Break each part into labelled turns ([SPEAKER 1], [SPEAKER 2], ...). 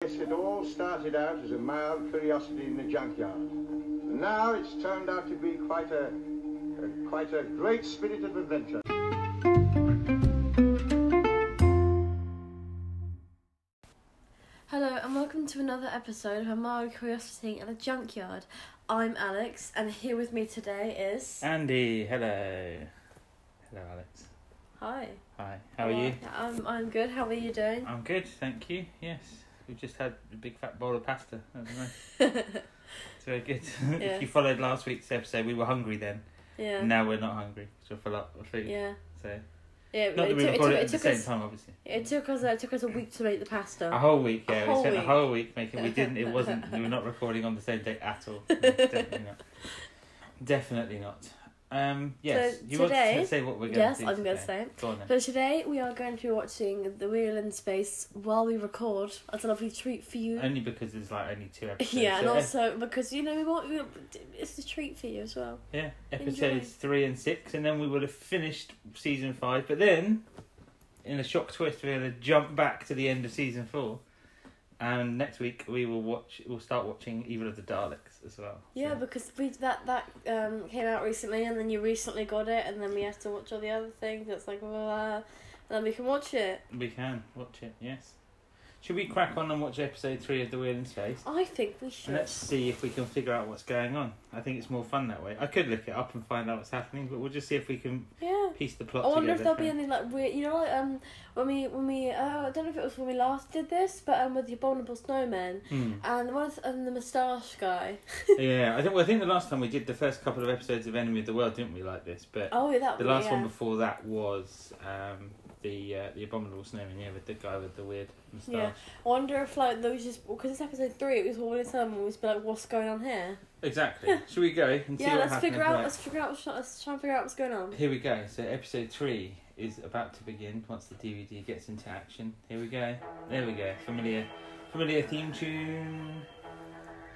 [SPEAKER 1] it all started out as a mild curiosity in the junkyard. And now it's turned out to be quite a, a quite a great spirit of adventure.
[SPEAKER 2] Hello and welcome to another episode of A Mild Curiosity at the Junkyard. I'm Alex and here with me today is
[SPEAKER 3] Andy, hello. Hello, Alex.
[SPEAKER 2] Hi.
[SPEAKER 3] Hi. How are you?
[SPEAKER 2] I'm I'm good. How are you doing?
[SPEAKER 3] I'm good, thank you. Yes, we just had a big fat bowl of pasta. That was nice. It's very good.
[SPEAKER 2] Yeah.
[SPEAKER 3] if you followed last week's episode, we were hungry then.
[SPEAKER 2] yeah.
[SPEAKER 3] Now we're not hungry because we're full up of food.
[SPEAKER 2] Yeah.
[SPEAKER 3] So
[SPEAKER 2] Yeah. it,
[SPEAKER 3] not that we
[SPEAKER 2] took, it, took,
[SPEAKER 3] recorded it
[SPEAKER 2] it,
[SPEAKER 3] at the
[SPEAKER 2] took
[SPEAKER 3] same
[SPEAKER 2] us,
[SPEAKER 3] time, obviously.
[SPEAKER 2] it took us. uh, It took us a week to make the pasta.
[SPEAKER 3] A whole week,
[SPEAKER 2] A
[SPEAKER 3] yeah.
[SPEAKER 2] whole
[SPEAKER 3] we spent
[SPEAKER 2] week.
[SPEAKER 3] a whole week making. We didn't. It wasn't. we were not recording on the same day at all. No, definitely not. Definitely not. Um, yes,
[SPEAKER 2] So
[SPEAKER 3] you want
[SPEAKER 2] today-
[SPEAKER 3] to say what we're going
[SPEAKER 2] yes,
[SPEAKER 3] to do
[SPEAKER 2] I'm going
[SPEAKER 3] today.
[SPEAKER 2] to say it.
[SPEAKER 3] Go on then.
[SPEAKER 2] So today we are going to be watching The Wheel in Space while we record. That's a lovely treat for you.
[SPEAKER 3] Only because there's like only two episodes.
[SPEAKER 2] yeah, and
[SPEAKER 3] so- eh.
[SPEAKER 2] also because you know we want we, it's a treat for you as well.
[SPEAKER 3] Yeah, episodes
[SPEAKER 2] Enjoy.
[SPEAKER 3] three and six, and then we would have finished season five. But then, in a shock twist, we're going to jump back to the end of season four, and next week we will watch. We'll start watching Evil of the Daleks as well.
[SPEAKER 2] Yeah,
[SPEAKER 3] So-
[SPEAKER 2] because we that that um, came out recently, and then you recently got it, and then we have to watch all the other things. It's like blah, blah, blah, and then we can watch it.
[SPEAKER 3] we can watch it. Yes, should we crack on and watch episode three of The Wheel in Space?
[SPEAKER 2] I think we
[SPEAKER 3] And
[SPEAKER 2] should.
[SPEAKER 3] let's see if we can figure out what's going on. I think it's more fun that way. I could look it up and find out what's happening, but we'll just see if we can
[SPEAKER 2] yeah.
[SPEAKER 3] piece the plot
[SPEAKER 2] I wonder if
[SPEAKER 3] together.
[SPEAKER 2] there'll be any like weird, you know, like um, when we when we uh, I don't know if it was when we last did this, but um, with the abominable snowman
[SPEAKER 3] Hmm.
[SPEAKER 2] and one of the, and the moustache guy.
[SPEAKER 3] yeah, I think. Well, I think the last time we did the first couple of episodes of Enemy of the World, didn't we? Like this, but
[SPEAKER 2] Oh, yeah, that
[SPEAKER 3] the
[SPEAKER 2] one,
[SPEAKER 3] last
[SPEAKER 2] yeah.
[SPEAKER 3] one before that was um, the uh, the abominable snowman. Yeah, with the guy with the weird moustache.
[SPEAKER 2] Yeah. I wonder if like there was just because it's episode three, it was all the time we was be like, what's going on here?
[SPEAKER 3] Exactly. Should we go and see
[SPEAKER 2] yeah,
[SPEAKER 3] what
[SPEAKER 2] let's
[SPEAKER 3] happened?
[SPEAKER 2] figure out. Let's figure out. Let's try and figure out what's going on.
[SPEAKER 3] Here we go. So episode three is about to begin. Once the DVD gets into action, here we go. There we go. Familiar, familiar theme tune.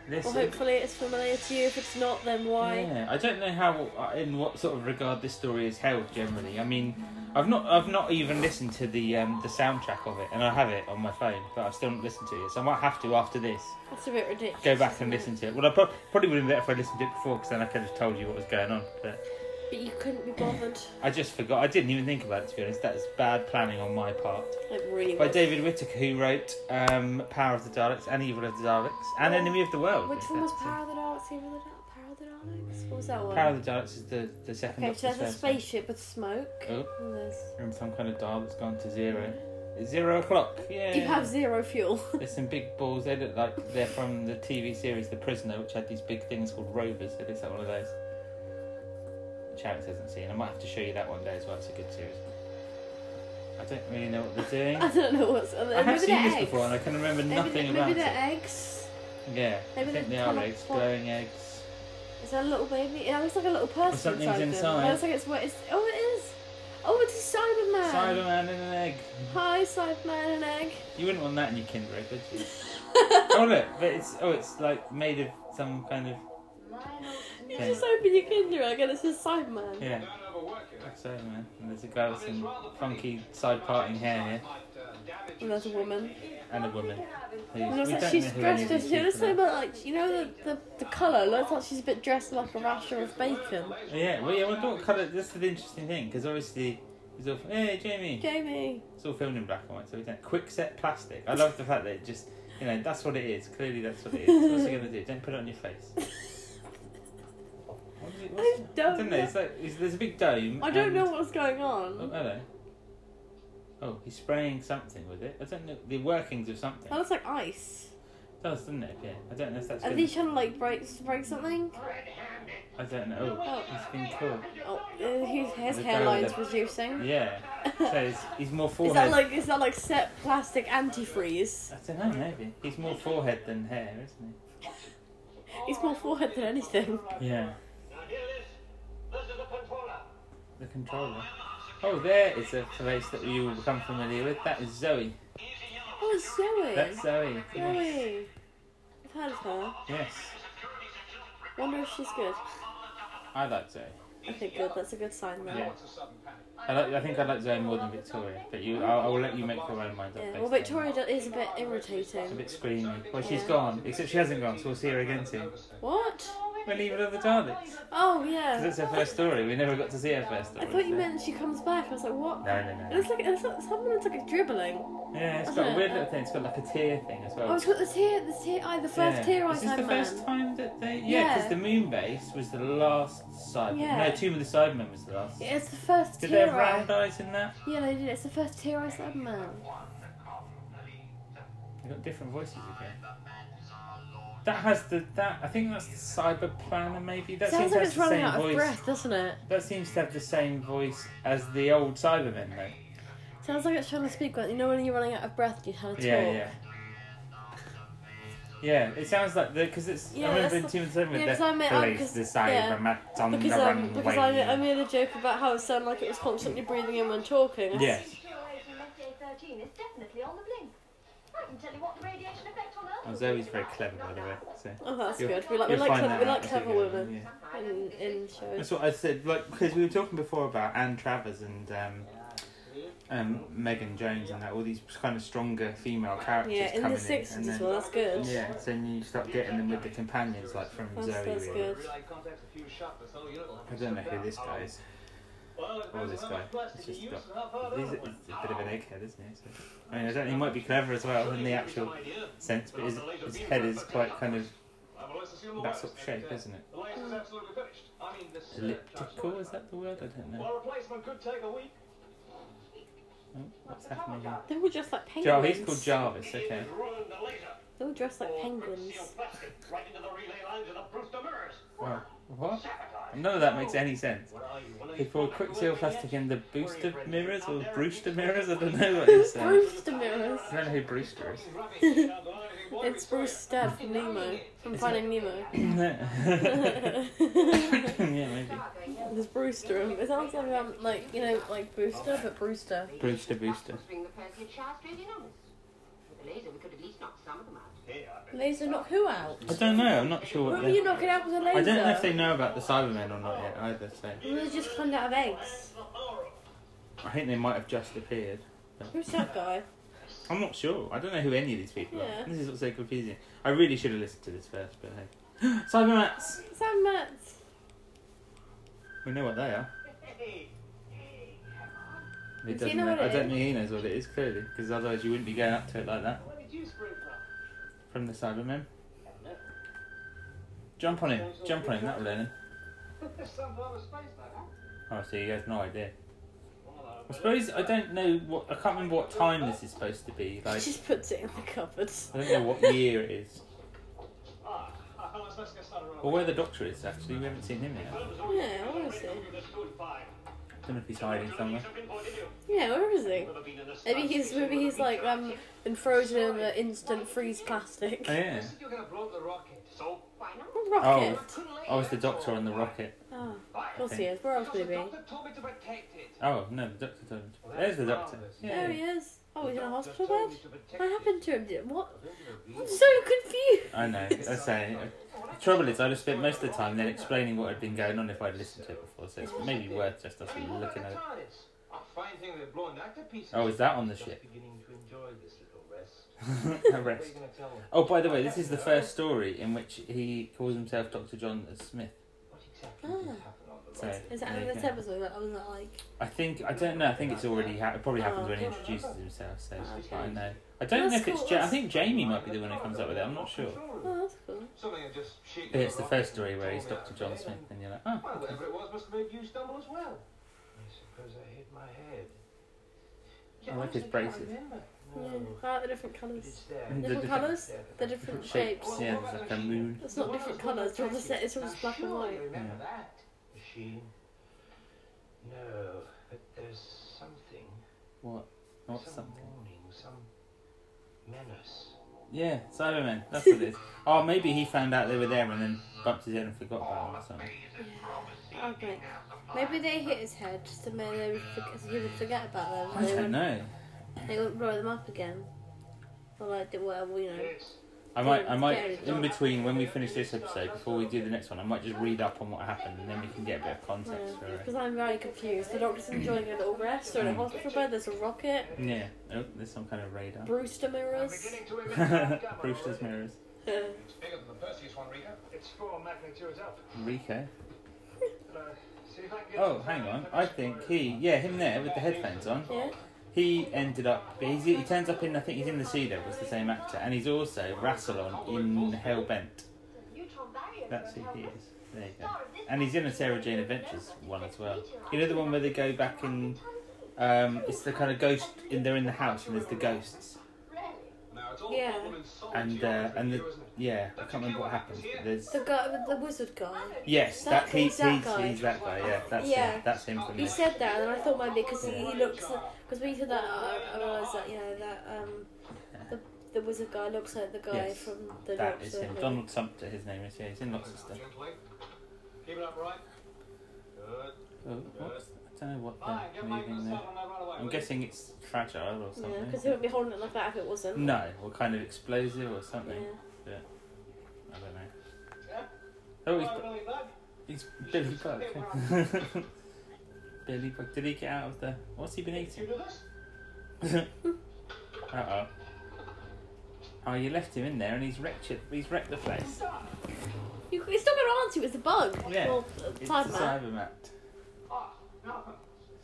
[SPEAKER 3] This.
[SPEAKER 2] Well, hopefully it's familiar to you. If it's not, then why?
[SPEAKER 3] Yeah, I don't know how uh, in what sort of regard this story is held generally. I mean, I've not I've not even listened to the um, the soundtrack of it, and I have it on my phone, but I've still not listened to it. So I might have to after this
[SPEAKER 2] That's a bit ridiculous.
[SPEAKER 3] go back and
[SPEAKER 2] isn't it?
[SPEAKER 3] listen to it. Well, I pro- probably would have been better if I listened to it before, because then I could have told you what was going on. But
[SPEAKER 2] But you couldn't be bothered.
[SPEAKER 3] I just forgot. I didn't even think about it to be honest. That's bad planning on my part.
[SPEAKER 2] Like really.
[SPEAKER 3] By
[SPEAKER 2] was.
[SPEAKER 3] David Whittaker, who wrote um, Power of the Daleks and Evil of the Daleks and Enemy of the World.
[SPEAKER 2] Oh. Which
[SPEAKER 3] if
[SPEAKER 2] one was
[SPEAKER 3] that's-
[SPEAKER 2] Power of the Daleks? Evil of the Dal- Power of the Daleks. What was that one?
[SPEAKER 3] Power of the Daleks is the the second.
[SPEAKER 2] okay,
[SPEAKER 3] Doctor's
[SPEAKER 2] so there's a
[SPEAKER 3] first one.
[SPEAKER 2] spaceship with smoke.
[SPEAKER 3] Oh.
[SPEAKER 2] And there's...
[SPEAKER 3] And some kind of dial that's gone to zero. It's zero o'clock. Yeah.
[SPEAKER 2] You have zero fuel.
[SPEAKER 3] There's some big balls. They look like they're from the TV series The Prisoner, which had these big things called rovers. It looks like one of those. Which Alex hasn't seen. I might have to show you that one day as well. It's a good series. I don't really know what they're
[SPEAKER 2] I
[SPEAKER 3] doing.
[SPEAKER 2] don't know what's.
[SPEAKER 3] I have
[SPEAKER 2] Uh, maybe
[SPEAKER 3] seen
[SPEAKER 2] they're
[SPEAKER 3] this
[SPEAKER 2] eggs.
[SPEAKER 3] before and I can remember
[SPEAKER 2] maybe
[SPEAKER 3] nothing
[SPEAKER 2] they-
[SPEAKER 3] about
[SPEAKER 2] maybe
[SPEAKER 3] it.
[SPEAKER 2] they're eggs.
[SPEAKER 3] Yeah,
[SPEAKER 2] maybe
[SPEAKER 3] I
[SPEAKER 2] they're
[SPEAKER 3] think they are
[SPEAKER 2] colour-
[SPEAKER 3] eggs, glowing eggs.
[SPEAKER 2] Is that a little baby? It looks like a little person
[SPEAKER 3] something's
[SPEAKER 2] inside, them.
[SPEAKER 3] inside.
[SPEAKER 2] It looks like it's what it's. Oh, it is. Oh, it's a Cyberman.
[SPEAKER 3] Cyberman and an egg.
[SPEAKER 2] Hi, Cyberman and egg.
[SPEAKER 3] You wouldn't want that in your Kinder Egg, would you? oh look, but it's oh, it's like made of some kind of
[SPEAKER 2] You
[SPEAKER 3] Yeah.
[SPEAKER 2] just open your Kinder Egg and it says Cyberman.
[SPEAKER 3] yeah. So man, and there's a guy with some funky side parting hair
[SPEAKER 2] And there's a woman.
[SPEAKER 3] here, and a woman. who's-
[SPEAKER 2] And it's
[SPEAKER 3] we
[SPEAKER 2] like
[SPEAKER 3] don't know
[SPEAKER 2] she's
[SPEAKER 3] who
[SPEAKER 2] dressed
[SPEAKER 3] any of
[SPEAKER 2] as.
[SPEAKER 3] these
[SPEAKER 2] She looks
[SPEAKER 3] people
[SPEAKER 2] like,
[SPEAKER 3] are.
[SPEAKER 2] like, you know, the, the, the colour looks like she's a bit dressed like a rasher of bacon.
[SPEAKER 3] Yeah, well, yeah, well, what colour? This is the interesting thing because obviously it's all hey Jamie,
[SPEAKER 2] Jamie.
[SPEAKER 3] it's all filmed in black and white, so we don't quick set plastic. I love the fact that it just you know that's what it is. Clearly, that's what it is. What's it gonna do? Don't put it on your face. What is it- what's
[SPEAKER 2] I
[SPEAKER 3] it-
[SPEAKER 2] don't
[SPEAKER 3] I don't know.
[SPEAKER 2] know.
[SPEAKER 3] It's like it's, there's a big dome.
[SPEAKER 2] I don't
[SPEAKER 3] and-
[SPEAKER 2] know what's going
[SPEAKER 3] Oh,
[SPEAKER 2] on.
[SPEAKER 3] hello. Oh, he's spraying something with it. I don't know the workings of something.
[SPEAKER 2] That looks like ice.
[SPEAKER 3] does, doesn't it? Yeah. I don't know if that's.
[SPEAKER 2] Are
[SPEAKER 3] gonna-
[SPEAKER 2] they trying to like break break something?
[SPEAKER 3] I don't know.
[SPEAKER 2] Oh.
[SPEAKER 3] He's been cool.
[SPEAKER 2] Oh, uh, his, his
[SPEAKER 3] The
[SPEAKER 2] hairline's
[SPEAKER 3] dialogue.
[SPEAKER 2] reducing.
[SPEAKER 3] Yeah. So he's, he's more
[SPEAKER 2] Is
[SPEAKER 3] forehead.
[SPEAKER 2] that like is that like set plastic antifreeze?
[SPEAKER 3] I don't know. Maybe he's more forehead than hair, isn't
[SPEAKER 2] It's more forehead than anything.
[SPEAKER 3] he? Yeah.
[SPEAKER 4] Now hear this. This is the controller.
[SPEAKER 3] The controller. Oh, there is a place that you will become familiar with. That is Zoe.
[SPEAKER 4] Easy yellow.
[SPEAKER 2] Oh, it's Zoe.
[SPEAKER 3] That's uh, Zoe. Yes.
[SPEAKER 2] Zoe. I've heard of her.
[SPEAKER 3] Yes.
[SPEAKER 2] Wonder if she's good.
[SPEAKER 3] I like Zoe.
[SPEAKER 2] Okay, good. That's a good sign then.
[SPEAKER 3] Yeah.
[SPEAKER 5] What's a sudden panic?
[SPEAKER 3] I, like, I think I like Zone more than Victoria, but you, I'll, I'll let you make your own mind up.
[SPEAKER 2] Yeah.
[SPEAKER 3] based
[SPEAKER 2] Well,
[SPEAKER 3] on-
[SPEAKER 2] Victoria do- is a bit
[SPEAKER 3] It's a
[SPEAKER 2] irritating.
[SPEAKER 3] bit screamy. Well, she's
[SPEAKER 2] Yeah.
[SPEAKER 5] Um,
[SPEAKER 3] gone, except she hasn't gone, so we'll see her again soon.
[SPEAKER 2] What?
[SPEAKER 3] We're leaving her the Daleks.
[SPEAKER 2] Oh
[SPEAKER 3] Because
[SPEAKER 2] yeah.
[SPEAKER 3] it's her first story. We never got to see her first
[SPEAKER 2] I
[SPEAKER 3] story.
[SPEAKER 2] thought you
[SPEAKER 3] so-
[SPEAKER 2] meant she comes back. I was like, what?
[SPEAKER 3] No, no, Oh.
[SPEAKER 2] It
[SPEAKER 3] no.
[SPEAKER 2] looks like, it looks like someone's like dribbling.
[SPEAKER 3] Yeah, it's got a weird little thing. It's got like a tear thing as well.
[SPEAKER 2] Oh, it's got the tear, the tear eye, the first
[SPEAKER 3] yeah.
[SPEAKER 2] tear eye
[SPEAKER 3] Is this the
[SPEAKER 2] time
[SPEAKER 3] first
[SPEAKER 2] man.
[SPEAKER 3] time that they? Yeah, because
[SPEAKER 2] Yeah.
[SPEAKER 3] the moon base was the last Cyberman.
[SPEAKER 2] Yeah.
[SPEAKER 3] No, Tomb of the Cybermen was the last.
[SPEAKER 2] It's the first
[SPEAKER 3] Did they
[SPEAKER 2] tear
[SPEAKER 3] have
[SPEAKER 2] eye.
[SPEAKER 3] round eyes in that?
[SPEAKER 2] Yeah, they did. It's the first tear eye Cyberman.
[SPEAKER 3] They got different voices again. That has the that I think that's the Cyber Planner maybe. That
[SPEAKER 2] Sounds
[SPEAKER 3] seems
[SPEAKER 2] like
[SPEAKER 3] to have
[SPEAKER 2] it's
[SPEAKER 3] the
[SPEAKER 2] running
[SPEAKER 3] same
[SPEAKER 2] out of
[SPEAKER 3] voice.
[SPEAKER 2] breath, doesn't it?
[SPEAKER 3] That seems to have the same voice as the old Cybermen though.
[SPEAKER 2] Sounds like it's trying to speak. When, you know when you're running out of breath, you have to
[SPEAKER 3] Yeah,
[SPEAKER 2] talk.
[SPEAKER 3] yeah. Yeah, it sounds like the because it's.
[SPEAKER 2] Yeah,
[SPEAKER 3] I remember in
[SPEAKER 2] that's
[SPEAKER 3] Tomb of the Cybermen
[SPEAKER 2] yeah,
[SPEAKER 3] that
[SPEAKER 2] 'cause I meant- um,
[SPEAKER 3] police
[SPEAKER 2] 'cause-
[SPEAKER 3] the
[SPEAKER 2] yeah.
[SPEAKER 3] Cybermen on
[SPEAKER 2] Because
[SPEAKER 3] the
[SPEAKER 2] um, because I,
[SPEAKER 3] runway.
[SPEAKER 2] I made a joke about how it sounded like it was constantly breathing in when talking.
[SPEAKER 3] Yes.
[SPEAKER 6] SJ-13 is definitely on the blink. I can tell you what the radiation effect on Earth
[SPEAKER 3] Oh,
[SPEAKER 6] will
[SPEAKER 3] Zoe's
[SPEAKER 6] be
[SPEAKER 3] very
[SPEAKER 6] like.
[SPEAKER 3] clever, by the way. So.
[SPEAKER 2] Oh, that's
[SPEAKER 3] You'll-
[SPEAKER 2] good. We like we
[SPEAKER 3] you'll
[SPEAKER 2] like
[SPEAKER 3] find
[SPEAKER 2] clever,
[SPEAKER 3] that
[SPEAKER 2] we
[SPEAKER 3] out
[SPEAKER 2] like
[SPEAKER 3] as you
[SPEAKER 2] clever
[SPEAKER 3] go,
[SPEAKER 2] women
[SPEAKER 3] yeah.
[SPEAKER 2] in in shows.
[SPEAKER 3] That's what I said, like because we were talking before about Anne Travers and um, um, Megan Jones and that all these kind of stronger female characters
[SPEAKER 2] Yeah, in
[SPEAKER 3] coming
[SPEAKER 2] the
[SPEAKER 3] and
[SPEAKER 2] sixties as
[SPEAKER 3] then-
[SPEAKER 2] well. That's good.
[SPEAKER 3] Yeah, so then you start getting them with the companions, like from
[SPEAKER 2] That's,
[SPEAKER 3] Zoe.
[SPEAKER 2] that's
[SPEAKER 3] really.
[SPEAKER 2] good.
[SPEAKER 5] Relay contacts a few shots. This whole unit will have
[SPEAKER 3] I
[SPEAKER 5] to
[SPEAKER 3] don't know
[SPEAKER 5] shut
[SPEAKER 3] who
[SPEAKER 5] down.
[SPEAKER 3] this guy is. Or this guy. It's just got, he's, a, he's a bit of an egghead, isn't he? So, I mean, I don't. He might be clever as well in the actual sense, but his, his head is quite kind of that sort of shape, isn't it?
[SPEAKER 5] The laser's absolutely finished. I mean, this. uh,
[SPEAKER 3] Elliptical? Is that the word? I don't know.
[SPEAKER 5] Well, replacement could take a week.
[SPEAKER 3] Oh, what's happening here?
[SPEAKER 2] They're all dressed like penguins.
[SPEAKER 3] Jarvis. He's called Jarvis. Okay.
[SPEAKER 4] It ruined the laser.
[SPEAKER 2] They're all dressed like
[SPEAKER 4] Or
[SPEAKER 2] penguins.
[SPEAKER 4] concealed plastic right into the relay lines of the Brewster mirrors.
[SPEAKER 3] Well, what?
[SPEAKER 4] Sabotage.
[SPEAKER 3] None of that makes any sense.
[SPEAKER 4] What are you? One of
[SPEAKER 3] They
[SPEAKER 4] these
[SPEAKER 3] pour
[SPEAKER 4] fucking
[SPEAKER 3] quicksilver
[SPEAKER 4] maniacs?
[SPEAKER 3] plastic in the booster
[SPEAKER 4] Worry,
[SPEAKER 3] mirrors or
[SPEAKER 4] Brendan.
[SPEAKER 3] Brewster mirrors. I don't know what it's. Um,
[SPEAKER 2] Bruce the mirrors.
[SPEAKER 3] I don't know who Brewster is.
[SPEAKER 2] It's Bruce Dad from Nemo from Finding Nemo.
[SPEAKER 3] yeah, maybe.
[SPEAKER 2] There's Brewster. in- It sounds like um like you know like Brewster but Brewster.
[SPEAKER 3] Brewster Booster.
[SPEAKER 7] Bring the Percy Shire straight in on us. With the laser, we could at least knock some of them out.
[SPEAKER 2] Laser knock who out?
[SPEAKER 3] I don't know. I'm not sure
[SPEAKER 2] Who
[SPEAKER 3] what.
[SPEAKER 2] are you
[SPEAKER 3] They're...
[SPEAKER 2] knocking out with a laser?
[SPEAKER 3] I don't know if they know about the Cybermen or not yet either. So
[SPEAKER 2] Well, they just climbed out of eggs.
[SPEAKER 3] I think they might have just appeared.
[SPEAKER 2] Who's that guy?
[SPEAKER 3] I'm not sure. I don't know who any of these people
[SPEAKER 2] Yeah.
[SPEAKER 3] are. This is what's so confusing. I really should have listened to this first, but hey. Cybermats.
[SPEAKER 2] Sam Metz.
[SPEAKER 3] We know what they are. It
[SPEAKER 2] Does
[SPEAKER 3] doesn't
[SPEAKER 2] he know
[SPEAKER 3] know-
[SPEAKER 2] what
[SPEAKER 3] I
[SPEAKER 2] it
[SPEAKER 3] don't
[SPEAKER 2] is?
[SPEAKER 3] think he knows what it is clearly, because otherwise you wouldn't be going up to it like that from the Cybermen. Jump on him, jump on him, that'll learn him. Oh, so you guys no idea. I suppose I don't know what I can't remember what time this is supposed to be. Like
[SPEAKER 2] She just puts it in the cupboards.
[SPEAKER 3] I don't know what year it is
[SPEAKER 4] Ah,
[SPEAKER 3] or where the Doctor is. Actually, we haven't seen him yet. I
[SPEAKER 2] Yeah, I want to see.
[SPEAKER 3] don't know if he's hiding somewhere.
[SPEAKER 2] Yeah, where is he? Maybe he's maybe he's like um in frozen in the instant freeze plastic.
[SPEAKER 3] Oh yeah.
[SPEAKER 5] You're gonna blow up the rocket. So
[SPEAKER 2] Rocket.
[SPEAKER 3] Oh, Eh. it's the Doctor on the rocket.
[SPEAKER 2] Oh, of course he is. Where else would he be? Oh,
[SPEAKER 5] Doctor told me to protect it.
[SPEAKER 3] Oh no, the Doctor told him. to- There's the Doctor.
[SPEAKER 2] There he
[SPEAKER 3] Yeah.
[SPEAKER 2] is. Oh, he's in a hospital
[SPEAKER 5] Told
[SPEAKER 2] bed.
[SPEAKER 5] me to protect
[SPEAKER 2] What
[SPEAKER 5] it.
[SPEAKER 2] happened to him? Did- What? I'm so confused.
[SPEAKER 3] I know. I say. The trouble is, I'd have spent most of the time then explaining what had been going on if I'd listened to it before. So it's maybe worth just us
[SPEAKER 5] I mean, what about
[SPEAKER 3] looking
[SPEAKER 5] the
[SPEAKER 3] at it.
[SPEAKER 5] TARDIS? A fine thing they've blown that to pieces.
[SPEAKER 3] Oh, is that on the
[SPEAKER 5] Just
[SPEAKER 3] ship?
[SPEAKER 5] beginning to enjoy this little rest. What are
[SPEAKER 3] Arrest.
[SPEAKER 5] you gonna tell me?
[SPEAKER 3] Oh, by the way, this is the first story in which he calls himself Dr. John Smith.
[SPEAKER 5] What exactly
[SPEAKER 2] Ah.
[SPEAKER 5] did happen on the
[SPEAKER 3] So,
[SPEAKER 5] rocket?
[SPEAKER 2] Is that
[SPEAKER 3] there
[SPEAKER 2] in
[SPEAKER 3] you
[SPEAKER 2] this
[SPEAKER 3] go.
[SPEAKER 2] episode? That I was not like.
[SPEAKER 3] I think I don't know. I think it's already ha- it probably happens when
[SPEAKER 2] Oh,
[SPEAKER 3] he introduces himself. So but I know. I don't know
[SPEAKER 2] That's
[SPEAKER 3] if it's.
[SPEAKER 2] cool,
[SPEAKER 3] Ja- I
[SPEAKER 2] that's-
[SPEAKER 3] think Jamie might be the one who comes up with it. I'm not sure.
[SPEAKER 2] Oh, that's cool.
[SPEAKER 5] Something that just shaped
[SPEAKER 3] But it's the
[SPEAKER 5] rocket
[SPEAKER 3] first story
[SPEAKER 5] and
[SPEAKER 3] where
[SPEAKER 5] tore
[SPEAKER 3] he's
[SPEAKER 5] me out
[SPEAKER 3] Dr.
[SPEAKER 5] of
[SPEAKER 3] John
[SPEAKER 5] bed
[SPEAKER 3] Smith,
[SPEAKER 5] and-
[SPEAKER 3] and you're like, oh,
[SPEAKER 5] Well, whatever it was must have made you stumble as well. I suppose I hit my head.
[SPEAKER 3] I like his
[SPEAKER 5] honestly can't
[SPEAKER 3] braces.
[SPEAKER 5] remember.
[SPEAKER 2] Yeah,
[SPEAKER 5] No,
[SPEAKER 2] I like the different
[SPEAKER 5] but
[SPEAKER 2] colours.
[SPEAKER 5] it's there.
[SPEAKER 3] And the
[SPEAKER 2] Different
[SPEAKER 3] different-
[SPEAKER 2] colours.
[SPEAKER 5] Yeah,
[SPEAKER 2] They're different
[SPEAKER 3] shapes.
[SPEAKER 2] shapes.
[SPEAKER 3] Yeah, there's like a moon.
[SPEAKER 2] It's not different colours. It's all just it's all just black and white.
[SPEAKER 5] Remember that machine? No, but there's something.
[SPEAKER 3] What? What's
[SPEAKER 5] some
[SPEAKER 3] something?
[SPEAKER 5] warning, some menace.
[SPEAKER 3] Yeah, Cybermen. That's what it is. Oh, maybe he found out they were there and then bumped his head and forgot about it or something.
[SPEAKER 2] Okay. Oh, Maybe they hit his head, so maybe they would forget, he would forget about them.
[SPEAKER 3] I
[SPEAKER 2] they
[SPEAKER 3] don't
[SPEAKER 2] would-
[SPEAKER 3] know.
[SPEAKER 2] They wouldn't blow them up again. Or like, do whatever, you know.
[SPEAKER 5] Yes,
[SPEAKER 3] I might,
[SPEAKER 2] Very
[SPEAKER 3] I might, in
[SPEAKER 2] dark.
[SPEAKER 3] between when we finish this episode, before we do the next one, I might just read up on what happened, and then we can get a bit of context for
[SPEAKER 2] Because
[SPEAKER 3] it.
[SPEAKER 2] I'm very confused. The doctor's enjoying a little rest.
[SPEAKER 3] Mm.
[SPEAKER 2] They're in a hospital bed. There's a rocket.
[SPEAKER 3] Yeah. Oh, there's some kind of radar.
[SPEAKER 2] Brewster
[SPEAKER 5] I'm
[SPEAKER 2] mirrors. uh,
[SPEAKER 5] beginning to emit bad gamma
[SPEAKER 3] Brewster's
[SPEAKER 5] already.
[SPEAKER 3] mirrors.
[SPEAKER 5] It's bigger than the Perseus one, Rita. It's four magnitudes up.
[SPEAKER 3] Rico.
[SPEAKER 5] But, uh, see if I can get
[SPEAKER 3] Oh,
[SPEAKER 5] some
[SPEAKER 3] hang on.
[SPEAKER 5] information
[SPEAKER 3] I
[SPEAKER 5] for
[SPEAKER 3] think
[SPEAKER 5] you.
[SPEAKER 3] he, yeah, him there with the headphones on.
[SPEAKER 2] yeah.
[SPEAKER 3] He ended up. He's, he turns up in. I think he's in the Cedar. Was the same actor, and he's also Rassilon in Hellbent.
[SPEAKER 6] Neutron barrier.
[SPEAKER 3] That's who he is. There you go. And he's in a Sarah Jane Adventures one as well. You know the one where they go back and um, it's the kind of ghost. In they're in the house and there's the ghosts
[SPEAKER 5] Now, it's all
[SPEAKER 2] Yeah.
[SPEAKER 5] bubble and soul
[SPEAKER 3] and uh,
[SPEAKER 5] geometry
[SPEAKER 3] and the
[SPEAKER 5] here, isn't it?
[SPEAKER 3] yeah. I can't remember what happens. But there's
[SPEAKER 2] The guy, with the wizard guy.
[SPEAKER 3] yes. That
[SPEAKER 2] That's-
[SPEAKER 3] he,
[SPEAKER 2] he's
[SPEAKER 3] he's
[SPEAKER 2] that guy.
[SPEAKER 3] he's that guy. Yeah. That's
[SPEAKER 2] Yeah.
[SPEAKER 3] him. That's him for
[SPEAKER 2] He
[SPEAKER 3] me.
[SPEAKER 2] said that, and then I thought maybe because he, he looks. uh, Because when you said that, uh, I, I realised that you know that um, the the wizard guy looks like the guy
[SPEAKER 3] Yes,
[SPEAKER 2] from the
[SPEAKER 3] That
[SPEAKER 2] Doctor
[SPEAKER 3] is him.
[SPEAKER 2] Who.
[SPEAKER 3] Donald Sumpter. His name is. Yeah. He's in lots of stuff.
[SPEAKER 5] Gently. Keep it upright. Good.
[SPEAKER 3] Oh, what's, I don't know what
[SPEAKER 5] Fine,
[SPEAKER 3] they're
[SPEAKER 5] get Mike
[SPEAKER 3] moving
[SPEAKER 5] and
[SPEAKER 3] there.
[SPEAKER 5] Sal and I run away.
[SPEAKER 3] I'm
[SPEAKER 5] will you?
[SPEAKER 3] guessing it's fragile or
[SPEAKER 2] Yeah, because
[SPEAKER 3] something.
[SPEAKER 2] he wouldn't be holding it like that if it wasn't.
[SPEAKER 3] No, or kind of explosive or something.
[SPEAKER 2] Yeah.
[SPEAKER 3] I don't know.
[SPEAKER 5] Yeah?
[SPEAKER 3] Oh,
[SPEAKER 5] Am I
[SPEAKER 3] he's,
[SPEAKER 5] really bad?
[SPEAKER 3] he's Billy Buck. Billy Buck. Did he get out of the? What's he been
[SPEAKER 5] You
[SPEAKER 3] eating?
[SPEAKER 5] do this?
[SPEAKER 3] uh oh. Oh, you left him in there, and he's wrecked. it- He's wrecked the place.
[SPEAKER 2] You, it's not going to answer. you, It's a bug.
[SPEAKER 3] Yeah,
[SPEAKER 2] Well, uh,
[SPEAKER 3] It's a
[SPEAKER 2] Cyberman.
[SPEAKER 3] Cybermat.
[SPEAKER 5] Ah, no.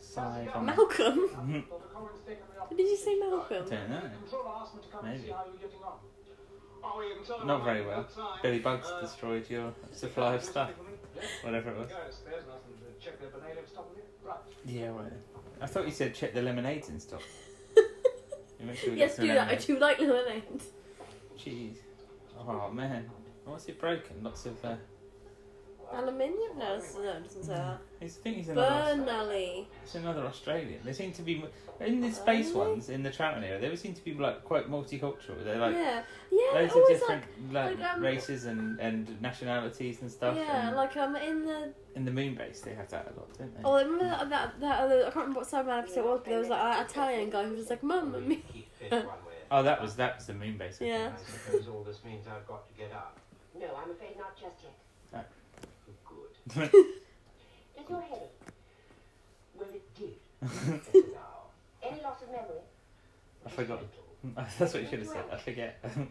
[SPEAKER 3] Cybermat.
[SPEAKER 2] Malcolm.
[SPEAKER 3] Mhm.
[SPEAKER 5] Well, the comment's taken me off.
[SPEAKER 2] Did you say Malcolm?
[SPEAKER 3] I don't know.
[SPEAKER 5] The controller asked me to come and
[SPEAKER 3] Maybe.
[SPEAKER 5] see how you're getting on. Oh, you can tell
[SPEAKER 3] Not
[SPEAKER 5] I'm
[SPEAKER 3] very
[SPEAKER 5] having a
[SPEAKER 3] well.
[SPEAKER 5] good time.
[SPEAKER 3] Billy Bug's
[SPEAKER 5] Uh,
[SPEAKER 3] destroyed your supply of stuff,
[SPEAKER 5] Yeah,
[SPEAKER 3] whatever it was.
[SPEAKER 5] guys, there's nothing to check their banana stop with it. Right.
[SPEAKER 3] Yeah, right. I thought you said check the lemonades and stuff. You make sure we
[SPEAKER 2] yes,
[SPEAKER 3] get some
[SPEAKER 2] do that. I
[SPEAKER 3] lemonade.
[SPEAKER 2] do like lemonade.
[SPEAKER 3] Jeez. Oh man. What's it broken? Lots of. Uh...
[SPEAKER 2] Aluminium? No, it's- no, it doesn't say that.
[SPEAKER 3] I think he's another. Aus-
[SPEAKER 2] Burnley.
[SPEAKER 3] It's another Australian. They seem to be in the space
[SPEAKER 2] Really?
[SPEAKER 3] ones in the Trouton era. They seem to be like quite multicultural. They're like
[SPEAKER 2] yeah. Yeah,
[SPEAKER 3] loads of
[SPEAKER 2] always
[SPEAKER 3] different like,
[SPEAKER 2] like, um,
[SPEAKER 3] races and, and nationalities and
[SPEAKER 2] like.
[SPEAKER 3] stuff.
[SPEAKER 2] Yeah,
[SPEAKER 3] and
[SPEAKER 2] like um, in the
[SPEAKER 3] in the moon base, they have that a lot, don't they?
[SPEAKER 2] oh, I remember that, that, that other, I can't remember what Cyberman episode it was, but there was like that Italian guy who was like, "Mum,
[SPEAKER 3] Mm.
[SPEAKER 2] and me."
[SPEAKER 5] Keep fit one way.
[SPEAKER 3] Oh, that was that was the moon base. I think.
[SPEAKER 2] Yeah.
[SPEAKER 5] I suppose all this means I've got to get up.
[SPEAKER 7] No, I'm afraid not just yet.
[SPEAKER 5] Good.
[SPEAKER 7] Does your head ache? Well, it did.
[SPEAKER 5] Now,
[SPEAKER 7] Any loss of memory?
[SPEAKER 3] I forgot. That's what you should have said. I forget.
[SPEAKER 5] I think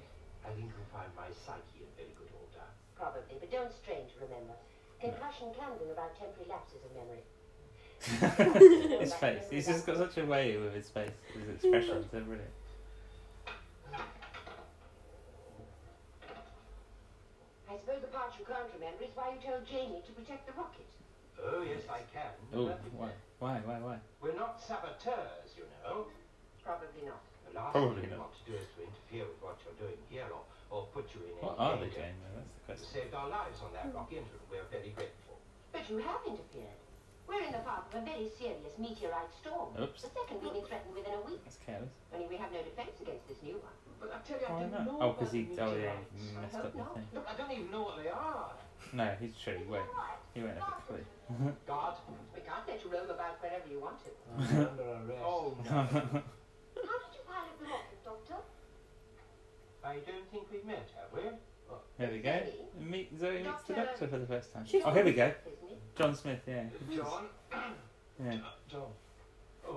[SPEAKER 5] you'll find my psyche in very good order.
[SPEAKER 7] Probably, but don't strain to remember. Concussion can bring about temporary lapses of memory.
[SPEAKER 3] his face. He's just got such a way with his face, his expressions. They're brilliant.
[SPEAKER 7] I suppose the part you can't remember is why you told Jamie to protect the rocket.
[SPEAKER 5] Oh, yes, I can.
[SPEAKER 3] Oh,
[SPEAKER 5] But
[SPEAKER 3] why, why, why, why?
[SPEAKER 5] We're not saboteurs, you know.
[SPEAKER 7] Probably not.
[SPEAKER 5] The last
[SPEAKER 3] Probably
[SPEAKER 5] thing we
[SPEAKER 3] not.
[SPEAKER 5] want to do is to interfere with what you're doing here or, or put you in any
[SPEAKER 3] What are they
[SPEAKER 5] danger.
[SPEAKER 3] doing though? That's the
[SPEAKER 5] You
[SPEAKER 3] question.
[SPEAKER 5] saved our lives on that rock interim. We're very grateful.
[SPEAKER 7] But you have interfered. We're in the path of a very serious meteorite storm.
[SPEAKER 3] Oops.
[SPEAKER 7] The second being threatened within a week.
[SPEAKER 3] That's careless.
[SPEAKER 7] Only we have no defense against this new one.
[SPEAKER 5] But I tell you, I
[SPEAKER 3] Why
[SPEAKER 5] didn't
[SPEAKER 3] not?
[SPEAKER 5] know
[SPEAKER 3] Oh, because
[SPEAKER 5] about
[SPEAKER 3] he. Oh, yeah,
[SPEAKER 5] meteorites.
[SPEAKER 3] he
[SPEAKER 5] I
[SPEAKER 3] messed
[SPEAKER 5] hope
[SPEAKER 3] up the
[SPEAKER 5] not.
[SPEAKER 3] thing.
[SPEAKER 5] Look, I don't even know what they are.
[SPEAKER 3] No, he's true. He won't. He won't have a clue.
[SPEAKER 5] God.
[SPEAKER 7] We can't let you roam about wherever you want to.
[SPEAKER 5] under arrest. Oh, no.
[SPEAKER 6] How did you pilot the rocket, Doctor?
[SPEAKER 5] I don't think we met, have we?
[SPEAKER 3] There we go. Meet Zoe meets the doctor for the first time.
[SPEAKER 2] She's-
[SPEAKER 3] Oh, here we go.
[SPEAKER 7] Isn't it?
[SPEAKER 3] John Smith. Yeah.
[SPEAKER 5] John.
[SPEAKER 3] Yeah.
[SPEAKER 5] John.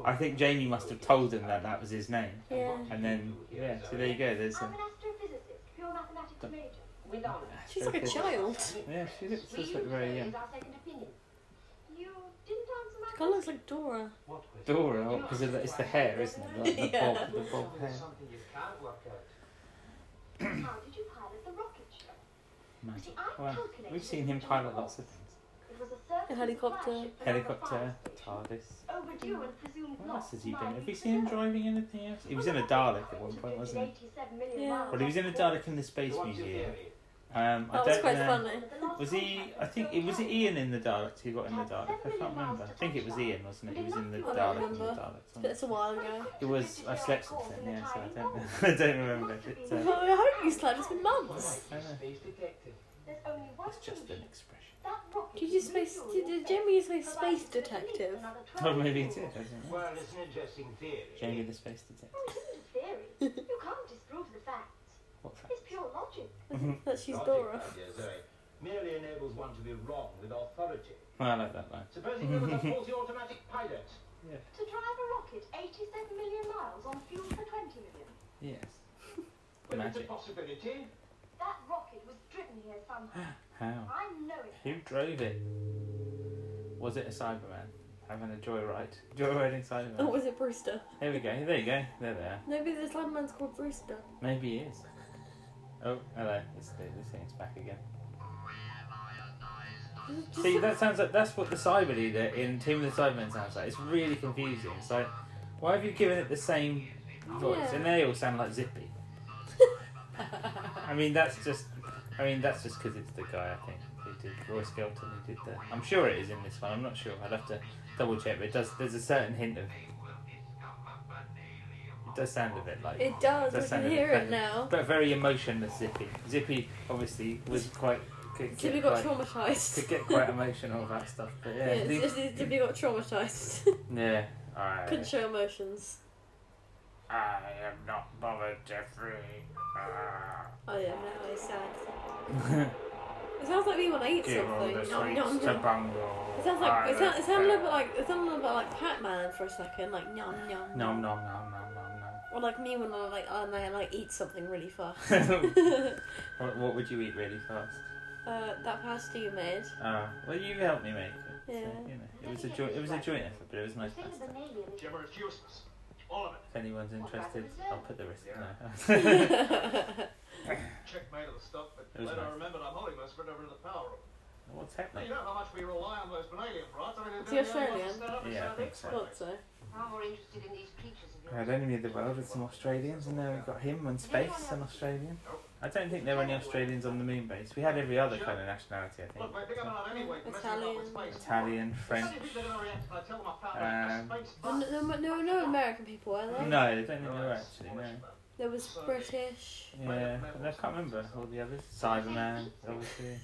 [SPEAKER 3] I think Jamie must have told him that that was his name,
[SPEAKER 5] Oh.
[SPEAKER 2] Yeah.
[SPEAKER 3] and then yeah. So there you go. There's
[SPEAKER 6] I'm
[SPEAKER 3] a.
[SPEAKER 6] an astrophysicist, pure mathematics major.
[SPEAKER 7] With honor.
[SPEAKER 2] She's like a child.
[SPEAKER 3] Yeah, she looks
[SPEAKER 7] We
[SPEAKER 3] just
[SPEAKER 7] use
[SPEAKER 3] look very um,
[SPEAKER 7] her
[SPEAKER 3] young.
[SPEAKER 7] as our second opinion.
[SPEAKER 6] You didn't answer my
[SPEAKER 2] Kind of
[SPEAKER 6] question.
[SPEAKER 2] looks like Dora.
[SPEAKER 5] What was
[SPEAKER 3] Dora, because it's the hair, isn't it? Like the
[SPEAKER 2] Yeah.
[SPEAKER 3] bob, the bob hair.
[SPEAKER 5] Something you can't work out.
[SPEAKER 6] How did you pilot the rocket ship?
[SPEAKER 3] Magic. Well, we've seen him pilot lots of things.
[SPEAKER 6] It was a surface
[SPEAKER 2] helicopter.
[SPEAKER 6] flagship from
[SPEAKER 3] Helicopter,
[SPEAKER 6] the fire station.
[SPEAKER 3] TARDIS.
[SPEAKER 6] Overdue and presumed
[SPEAKER 3] What else
[SPEAKER 6] lost
[SPEAKER 3] has he been?
[SPEAKER 6] nine
[SPEAKER 3] Have we
[SPEAKER 6] weeks
[SPEAKER 3] seen him
[SPEAKER 6] ago.
[SPEAKER 3] driving anything else? He was in a Dalek at one point, wasn't he?
[SPEAKER 6] 287 million
[SPEAKER 2] Yeah.
[SPEAKER 6] miles
[SPEAKER 3] Well, he was in a
[SPEAKER 6] off
[SPEAKER 3] Dalek in the Space
[SPEAKER 5] What's your
[SPEAKER 3] Museum.
[SPEAKER 5] theory?
[SPEAKER 3] Um, I
[SPEAKER 2] That was
[SPEAKER 3] don't
[SPEAKER 2] quite
[SPEAKER 3] know.
[SPEAKER 2] funny.
[SPEAKER 6] the last
[SPEAKER 3] Was he?
[SPEAKER 6] contact
[SPEAKER 3] I
[SPEAKER 6] with
[SPEAKER 3] think
[SPEAKER 6] Bill
[SPEAKER 3] it was it
[SPEAKER 6] Nye.
[SPEAKER 3] Ian in the Daleks who got in the Dalek. I can't remember. I think it was Ian, wasn't it? He was in the
[SPEAKER 2] I don't
[SPEAKER 3] Dalek and the
[SPEAKER 2] remember.
[SPEAKER 3] Daleks.
[SPEAKER 2] But
[SPEAKER 3] wasn't
[SPEAKER 2] it's a while ago.
[SPEAKER 3] It It was. I slept since then, yeah. So I don't. I don't remember. But,
[SPEAKER 2] Well,
[SPEAKER 3] uh,
[SPEAKER 2] I hope you slept. It's been months.
[SPEAKER 5] Like a space detective.
[SPEAKER 6] There's only one
[SPEAKER 3] it's just an
[SPEAKER 6] solution.
[SPEAKER 3] expression.
[SPEAKER 6] That rocket
[SPEAKER 2] Did you
[SPEAKER 6] is
[SPEAKER 2] space?
[SPEAKER 6] refueling
[SPEAKER 2] Did, did
[SPEAKER 6] space,
[SPEAKER 2] Jamie use my space
[SPEAKER 6] providing for at least
[SPEAKER 2] detective?
[SPEAKER 6] another
[SPEAKER 3] Oh,
[SPEAKER 6] 12
[SPEAKER 3] maybe he
[SPEAKER 6] years.
[SPEAKER 3] did. I don't know.
[SPEAKER 5] Well, it's an interesting theory.
[SPEAKER 3] Jamie the Space Detective.
[SPEAKER 6] This is a theory. You can't disprove the facts.
[SPEAKER 3] What fact?
[SPEAKER 6] It's pure logic. logic.
[SPEAKER 2] That she's
[SPEAKER 5] Logic,
[SPEAKER 2] Dora.
[SPEAKER 5] my dear Zoe, merely enables one to be wrong with authority.
[SPEAKER 3] I like that line.
[SPEAKER 5] Supposing you was a faulty automatic pilot.
[SPEAKER 6] To drive a rocket 87 million miles on fuel for 20 million.
[SPEAKER 3] Yes.
[SPEAKER 5] Well, it's a
[SPEAKER 3] Magic.
[SPEAKER 5] possibility.
[SPEAKER 6] That rocket was driven here somehow.
[SPEAKER 3] How?
[SPEAKER 6] I know it.
[SPEAKER 3] Who drove it? Was it a Cyberman? Having a joyride? Joyriding Cyberman.
[SPEAKER 2] Oh, was it Brewster?
[SPEAKER 3] Here we go. There you go. There they are.
[SPEAKER 2] Maybe this landman's called Brewster.
[SPEAKER 3] Maybe he is. Oh, hello. It's the, the thing's back again. See, that sounds like that's what the cyber leader in Team of the Cybermen sounds like. It's really confusing. It's like, why have you given it the same voice?
[SPEAKER 2] Yeah.
[SPEAKER 3] And they all sound like Zippy. I mean, that's just, I mean, that's just because it's the guy I think who did Roy Skelton who did that. I'm sure it is in this one. I'm not sure. I'd have to double check. But it does. There's a certain hint of. It does sound a bit like.
[SPEAKER 2] It does.
[SPEAKER 3] Does
[SPEAKER 2] I
[SPEAKER 3] sound a
[SPEAKER 2] can
[SPEAKER 3] bit
[SPEAKER 2] hear it
[SPEAKER 3] better.
[SPEAKER 2] now.
[SPEAKER 3] But very emotionless Zippy. Zippy obviously was quite. Could
[SPEAKER 2] Zippy
[SPEAKER 3] get
[SPEAKER 2] got
[SPEAKER 3] quite,
[SPEAKER 2] traumatised.
[SPEAKER 3] could get quite emotional about stuff. But yeah,
[SPEAKER 2] Yes,
[SPEAKER 3] the-
[SPEAKER 2] yes, yes, Zippy got traumatised.
[SPEAKER 3] yeah. I,
[SPEAKER 2] Couldn't show emotions.
[SPEAKER 3] I am not bothered, Jeffrey. Ah.
[SPEAKER 2] Oh yeah, now it's sad. It sounds like me when I eat
[SPEAKER 3] Give all
[SPEAKER 2] something.
[SPEAKER 3] the
[SPEAKER 2] No, no,
[SPEAKER 3] sweets to
[SPEAKER 2] no.
[SPEAKER 3] Bungle.
[SPEAKER 2] It sounds like it sounds, it sounds a
[SPEAKER 3] a
[SPEAKER 2] little bit like it sounds a little bit like Pac-Man for a second, like nom nom.
[SPEAKER 3] Nom nom nom nom nom nom.
[SPEAKER 2] Or like me when I like and I like eat something really fast. uh,
[SPEAKER 3] What, what would you eat really fast?
[SPEAKER 2] that pasta you made.
[SPEAKER 3] Ah, well, you helped me make it. so,
[SPEAKER 2] Yeah.
[SPEAKER 3] you know, it was a joint. It was a joint effort, but it was nice
[SPEAKER 6] The thing with
[SPEAKER 3] pasta.
[SPEAKER 6] an alien is
[SPEAKER 4] Jimmer, it's useless. All of it.
[SPEAKER 3] If anyone's interested, I'll put the rest. No.
[SPEAKER 2] That's
[SPEAKER 4] Checkmate of the stuff, but
[SPEAKER 3] It was
[SPEAKER 4] later
[SPEAKER 3] nice.
[SPEAKER 4] I remembered I'm holding most of it over in the power room.
[SPEAKER 3] What's
[SPEAKER 4] Well,
[SPEAKER 3] happening?
[SPEAKER 4] you know how much we rely on those Benalian rights. I mean,
[SPEAKER 2] Is
[SPEAKER 4] it's
[SPEAKER 2] he Australian?
[SPEAKER 3] Yeah, I think so.
[SPEAKER 2] what so.
[SPEAKER 7] Far more interested in these creatures of yours.
[SPEAKER 3] I don't need the world with some Australians, and now we've got him and space, an Australian. I don't think there were any Australians on the moon base. We had every other kind of nationality, I
[SPEAKER 4] Look, mate,
[SPEAKER 3] think.
[SPEAKER 4] think I'm not anyway.
[SPEAKER 2] Italian.
[SPEAKER 3] Italian, French. Um,
[SPEAKER 2] No, no, no, no, no American people, are there?
[SPEAKER 3] No, I don't think there were actually. No.
[SPEAKER 2] There was British.
[SPEAKER 3] Yeah, but I can't remember all the others. Cyberman, obviously.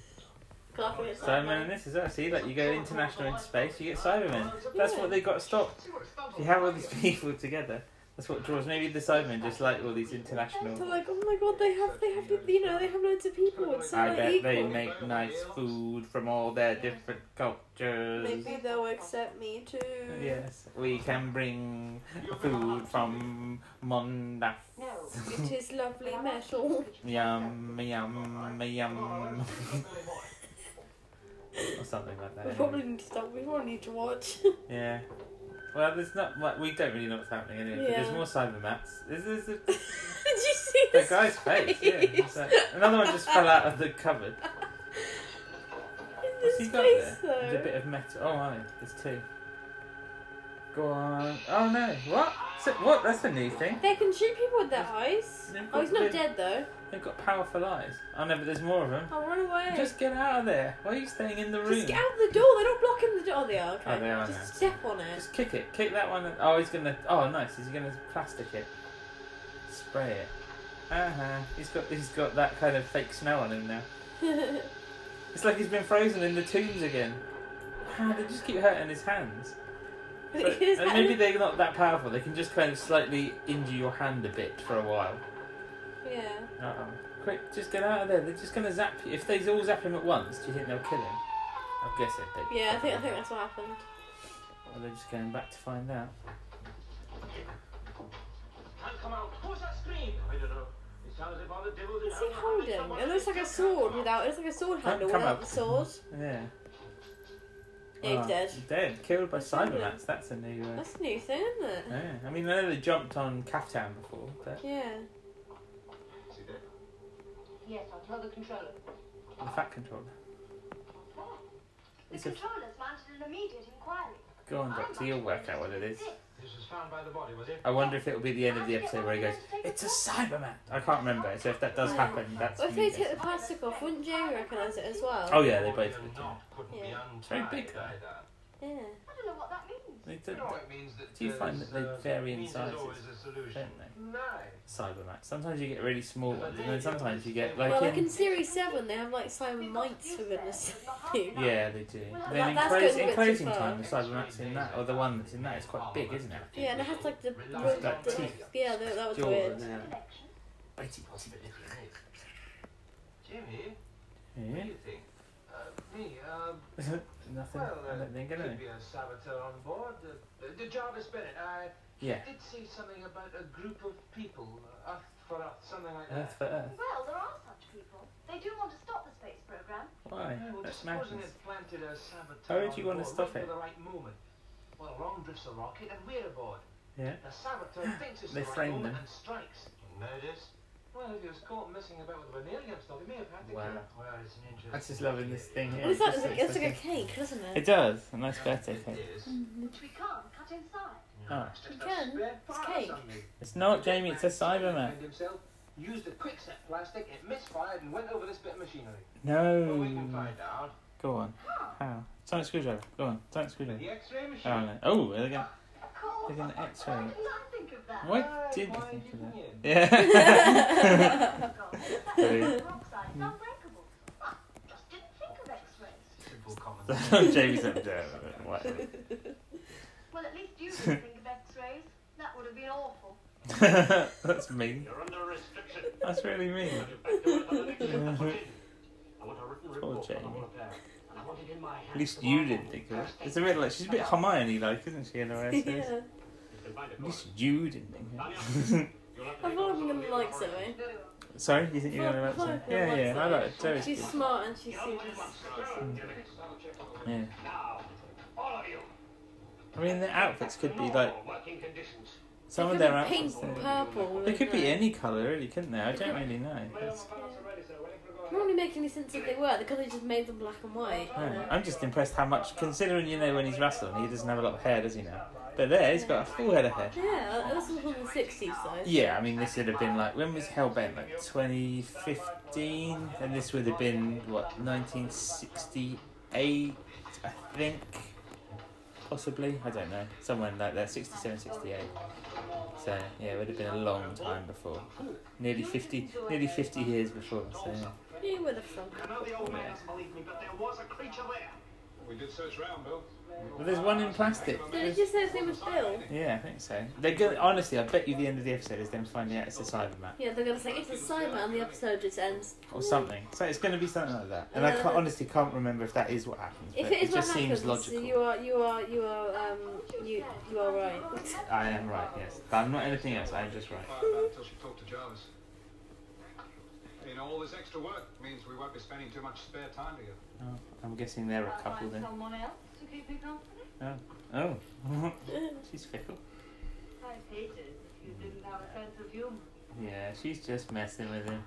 [SPEAKER 3] Cyberman, and
[SPEAKER 2] Cyberman.
[SPEAKER 3] this is us. See, like you go international into space, you get Cybermen. That's what they got stopped. You have all these people together. That's what draws. Maybe the Cybermen just like all these international.
[SPEAKER 2] So like, oh my god, they have, they have, you know, they have loads of people. It's so
[SPEAKER 3] I
[SPEAKER 2] like
[SPEAKER 3] bet
[SPEAKER 2] equal.
[SPEAKER 3] they make nice food from all their different cultures.
[SPEAKER 2] Maybe they'll accept me too.
[SPEAKER 3] Yes, we can bring food from Mondas.
[SPEAKER 7] No.
[SPEAKER 2] It is lovely metal.
[SPEAKER 3] Yum, yum,
[SPEAKER 4] Oh,
[SPEAKER 3] yum. or something like
[SPEAKER 2] We
[SPEAKER 3] that.
[SPEAKER 2] probably need to stop. We probably need to watch.
[SPEAKER 3] Yeah. Well, there's not. Like, we don't really know what's happening anyway. But there's
[SPEAKER 2] Yeah.
[SPEAKER 3] more cyber mats. There's, there's a,
[SPEAKER 2] Did you see
[SPEAKER 3] the
[SPEAKER 2] this?
[SPEAKER 3] guy's face. Yeah. It's like- another one just fell out of the cupboard.
[SPEAKER 2] In
[SPEAKER 3] What's
[SPEAKER 2] his
[SPEAKER 3] he got
[SPEAKER 2] face,
[SPEAKER 3] there? There's a
[SPEAKER 2] though.
[SPEAKER 3] bit of metal. Oh, aye, there's two. Go on. Oh no! What? So, what? That's a new thing.
[SPEAKER 2] They can shoot people with their eyes.
[SPEAKER 3] They've
[SPEAKER 2] Oh, he's
[SPEAKER 3] got
[SPEAKER 2] not
[SPEAKER 3] the-
[SPEAKER 2] dead though.
[SPEAKER 3] They've got powerful eyes. Oh no, but there's more of them.
[SPEAKER 2] I'll run away.
[SPEAKER 3] Just get out of there. Why are you staying in the room?
[SPEAKER 2] Just get out the door. They're not blocking the door. Oh, they are. Okay.
[SPEAKER 3] Oh, they are
[SPEAKER 2] Just
[SPEAKER 3] now.
[SPEAKER 2] step on it.
[SPEAKER 3] Just kick it. Kick that one. Oh, he's gonna. Oh, nice. He's gonna plastic it. Spray it. Uh huh. He's got. He's got that kind of fake smell on him now. It's like he's been frozen in the tombs again. Ah, they just keep hurting his hands. But-
[SPEAKER 2] His
[SPEAKER 3] and
[SPEAKER 2] hand-
[SPEAKER 3] maybe they're not that powerful. They can just kind of slightly injure your hand a bit for a while.
[SPEAKER 2] Yeah.
[SPEAKER 3] Uh oh. Quick, just get out of there. They're just gonna zap you. If they all zap him at once, do you think they'll kill him? I guess it. They,
[SPEAKER 2] Yeah, I think I think that's what happened.
[SPEAKER 3] Or they're just going back to find out.
[SPEAKER 5] Can't come out. What's that scream? I don't know. It sounds like all the devils in
[SPEAKER 2] What's he
[SPEAKER 5] hell.
[SPEAKER 2] holding? It looks like a sword without. It looks like a sword
[SPEAKER 3] Come-
[SPEAKER 2] handle
[SPEAKER 3] come
[SPEAKER 2] without
[SPEAKER 3] up.
[SPEAKER 2] the sword.
[SPEAKER 3] Yeah.
[SPEAKER 2] Yeah, he's
[SPEAKER 3] Oh,
[SPEAKER 2] dead.
[SPEAKER 3] Dead. Killed by
[SPEAKER 2] That's not good.
[SPEAKER 3] Cybermats. That's a new. Uh,
[SPEAKER 2] That's a new thing, isn't it?
[SPEAKER 3] yeah. I mean, I know they jumped on Caftan before, but
[SPEAKER 2] Yeah.
[SPEAKER 7] Yes, I'll tell the controller.
[SPEAKER 3] the Fat Controller.
[SPEAKER 6] The
[SPEAKER 3] It's a-
[SPEAKER 6] controllers mounted an immediate inquiry.
[SPEAKER 3] Go on,
[SPEAKER 6] I'm
[SPEAKER 3] Doctor. You'll
[SPEAKER 6] much
[SPEAKER 3] work out what it is.
[SPEAKER 6] interested
[SPEAKER 5] This was found by the body, was it?
[SPEAKER 3] I wonder if it'll be the end of the episode where he goes, "It's a Cyberman." I can't remember. So if that does happen, that's.
[SPEAKER 2] Well, if
[SPEAKER 3] me
[SPEAKER 2] they take the
[SPEAKER 3] guessing.
[SPEAKER 2] plastic off, wouldn't Jamie recognise it as well?
[SPEAKER 3] Oh yeah, they both
[SPEAKER 5] Or
[SPEAKER 3] would. do
[SPEAKER 5] not, couldn't be
[SPEAKER 2] Yeah.
[SPEAKER 5] untied
[SPEAKER 3] Very big, though.
[SPEAKER 5] either.
[SPEAKER 2] Yeah.
[SPEAKER 6] in. I don't know what that means.
[SPEAKER 3] They
[SPEAKER 5] You
[SPEAKER 3] did,
[SPEAKER 5] know, it means that
[SPEAKER 3] Do you find
[SPEAKER 5] there's,
[SPEAKER 3] that they
[SPEAKER 5] uh,
[SPEAKER 3] vary in
[SPEAKER 5] means
[SPEAKER 3] sizes?
[SPEAKER 5] There's always a solution.
[SPEAKER 3] don't they?
[SPEAKER 5] Nice.
[SPEAKER 3] Cybermats. Sometimes you get really small ones, and then sometimes you get like.
[SPEAKER 2] Well, like
[SPEAKER 3] in-
[SPEAKER 2] in Series 7, they have like Simon Mites, for goodness sake.
[SPEAKER 3] Yeah, they do.
[SPEAKER 6] Well,
[SPEAKER 3] Then in,
[SPEAKER 2] that's
[SPEAKER 3] close,
[SPEAKER 2] going a
[SPEAKER 3] in
[SPEAKER 2] bit
[SPEAKER 3] closing
[SPEAKER 2] too far.
[SPEAKER 3] time, the Cybermat's in that, or the one that's in that, is quite big, isn't it?
[SPEAKER 2] Yeah, and it has like the.
[SPEAKER 5] It's
[SPEAKER 3] got
[SPEAKER 2] the-
[SPEAKER 3] teeth.
[SPEAKER 2] Yeah, that, that was
[SPEAKER 3] Jaw
[SPEAKER 2] weird.
[SPEAKER 3] and, uh,
[SPEAKER 6] Connection.
[SPEAKER 3] bitey, bitey, bitey.
[SPEAKER 5] Uh,
[SPEAKER 3] Nothing. I don't think anyway.
[SPEAKER 5] there um, uh, could be a saboteur on board. Uh, uh, Jarvis Bennett, I
[SPEAKER 3] Yeah.
[SPEAKER 5] did see something about a group of people, uh, Earth for Earth, something like
[SPEAKER 3] Earth
[SPEAKER 5] that.
[SPEAKER 3] for Earth.
[SPEAKER 6] Well, there are such people. They do want to stop the space program.
[SPEAKER 3] Why?
[SPEAKER 5] Yeah, well,
[SPEAKER 3] That's
[SPEAKER 5] supposing
[SPEAKER 3] madness.
[SPEAKER 5] it planted a saboteur
[SPEAKER 3] How would
[SPEAKER 5] on
[SPEAKER 3] you wanna
[SPEAKER 5] board
[SPEAKER 3] stop
[SPEAKER 5] right
[SPEAKER 3] it?
[SPEAKER 5] for the right moment. Well, along drifts a rocket and we're aboard.
[SPEAKER 3] Yeah.
[SPEAKER 5] The saboteur thinks it's
[SPEAKER 3] They
[SPEAKER 5] the right
[SPEAKER 3] framed
[SPEAKER 5] moment
[SPEAKER 3] them.
[SPEAKER 5] and strikes. Murders? Well, if he was caught missing about with the Vanillium stuff, he may have had to
[SPEAKER 3] Wow.
[SPEAKER 5] kill. Well, it's an interesting...
[SPEAKER 3] I'm just loving this thing here.
[SPEAKER 2] Well, it's like,
[SPEAKER 3] Just
[SPEAKER 2] it's,
[SPEAKER 3] looks
[SPEAKER 2] like a
[SPEAKER 3] like
[SPEAKER 2] cake, doesn't
[SPEAKER 3] a-
[SPEAKER 2] it?
[SPEAKER 3] It does. A nice birthday
[SPEAKER 5] It
[SPEAKER 3] cake.
[SPEAKER 2] Hmm.
[SPEAKER 5] is.
[SPEAKER 6] Which we can't cut inside.
[SPEAKER 3] Oh.
[SPEAKER 5] It's just
[SPEAKER 2] You
[SPEAKER 5] a
[SPEAKER 2] can.
[SPEAKER 5] spare
[SPEAKER 2] It's
[SPEAKER 5] fire
[SPEAKER 2] cake.
[SPEAKER 5] something.
[SPEAKER 3] It's not, Jamie. It's a Cyberman.
[SPEAKER 5] Found himself, Used a quickset plastic, it misfired and went over this bit of machinery. But we can
[SPEAKER 3] No.
[SPEAKER 5] find out.
[SPEAKER 3] Go on. How? Sonic screwdriver. Go on. Sonic
[SPEAKER 5] With
[SPEAKER 3] screwdriver.
[SPEAKER 5] the X-ray machine.
[SPEAKER 3] Oh, no. Oh, there they
[SPEAKER 5] Ah.
[SPEAKER 3] go.
[SPEAKER 6] Of course.
[SPEAKER 3] They're gonna X-ray
[SPEAKER 6] Why
[SPEAKER 3] it.
[SPEAKER 6] didn't I think of that? Oh
[SPEAKER 3] Why did you
[SPEAKER 5] Why
[SPEAKER 3] think of that?
[SPEAKER 5] didn't you?
[SPEAKER 3] Yeah.
[SPEAKER 6] God, that's
[SPEAKER 3] Brilliant.
[SPEAKER 6] peroxide, it's unbreakable. I just didn't think of X-rays.
[SPEAKER 5] Simple common
[SPEAKER 3] That's
[SPEAKER 5] sense.
[SPEAKER 3] what Jamie's up to. Whatever.
[SPEAKER 6] Well, at least you didn't think of X-rays. That would have been awful.
[SPEAKER 3] That's mean.
[SPEAKER 4] You're under restriction.
[SPEAKER 3] That's really mean.
[SPEAKER 4] Back to work on the next application.
[SPEAKER 7] I want a written
[SPEAKER 3] Poor
[SPEAKER 7] report on
[SPEAKER 3] Jamie.
[SPEAKER 7] all of that. And I want it in my hands.
[SPEAKER 3] At least you didn't think of it. It's a bit like she's a bit Hermione like, isn't she? In a way, so it's-
[SPEAKER 2] yeah.
[SPEAKER 3] At least you didn't think of
[SPEAKER 7] Tanya.
[SPEAKER 3] it.
[SPEAKER 2] I thought I'm gonna like Zoe.
[SPEAKER 3] Sorry, you think you're gonna like
[SPEAKER 2] Fuck,
[SPEAKER 3] something?
[SPEAKER 2] fuck,
[SPEAKER 3] Yeah,
[SPEAKER 2] I'm
[SPEAKER 3] yeah, I like it. Zoe's
[SPEAKER 2] She's
[SPEAKER 3] good.
[SPEAKER 2] smart and she seems.
[SPEAKER 3] Yeah.
[SPEAKER 7] Now, all of you.
[SPEAKER 3] I mean, their outfits could be like
[SPEAKER 7] Working conditions.
[SPEAKER 3] some of
[SPEAKER 2] they
[SPEAKER 3] their
[SPEAKER 2] could be
[SPEAKER 3] outfits.
[SPEAKER 2] pink,
[SPEAKER 3] They,
[SPEAKER 2] purple.
[SPEAKER 3] they could be
[SPEAKER 2] wouldn't
[SPEAKER 3] any colour, really, couldn't they? I don't really know. That's-
[SPEAKER 2] It wouldn't really make any sense if they were. They could have just made them black and white.
[SPEAKER 3] yeah, I'm just impressed how much, considering you know when he's wrestling, he doesn't have a lot of hair, does he now? But there, he's got a full head of hair.
[SPEAKER 2] Yeah, that was from the sixties though.
[SPEAKER 3] Yeah, I mean, this would have been like when was Hellbent like 2015, and this would have been what 1968, I think, possibly. I don't know, somewhere like there, 67, 68. So yeah, it would have been a long time before, nearly 50, nearly 50 years before. So yeah.
[SPEAKER 2] You would have thought.
[SPEAKER 4] I know the old man doesn't believe me, but there was a creature there. We did search round, Bill.
[SPEAKER 3] but there's one in plastic.
[SPEAKER 2] Did it just say his name was Bill?
[SPEAKER 3] Yeah, I think so. They're good. Honestly, I bet you the end of the episode is them finding out it's a Cyberman
[SPEAKER 2] Yeah, they're gonna say it's a Simon and the episode just ends.
[SPEAKER 3] or something. So it's going to be something like that. And I can't, honestly can't remember if that is what happens. But
[SPEAKER 2] If it is what
[SPEAKER 3] just
[SPEAKER 2] happens,
[SPEAKER 3] seems logical.
[SPEAKER 2] you are you are you are um you you are right.
[SPEAKER 3] I am right, yes. But I'm not anything else, I'm just right.
[SPEAKER 4] Quiet about it till she talked to Jarvis. You know, all this extra work means we won't be spending too much spare time together.
[SPEAKER 3] Oh, I'm guessing they're a
[SPEAKER 6] I'll
[SPEAKER 3] couple
[SPEAKER 6] find
[SPEAKER 3] then.
[SPEAKER 6] someone else to keep me company.
[SPEAKER 3] Oh. she's fickle.
[SPEAKER 6] I hate it if you didn't have a sense of humor.
[SPEAKER 3] Yeah, she's just messing with him.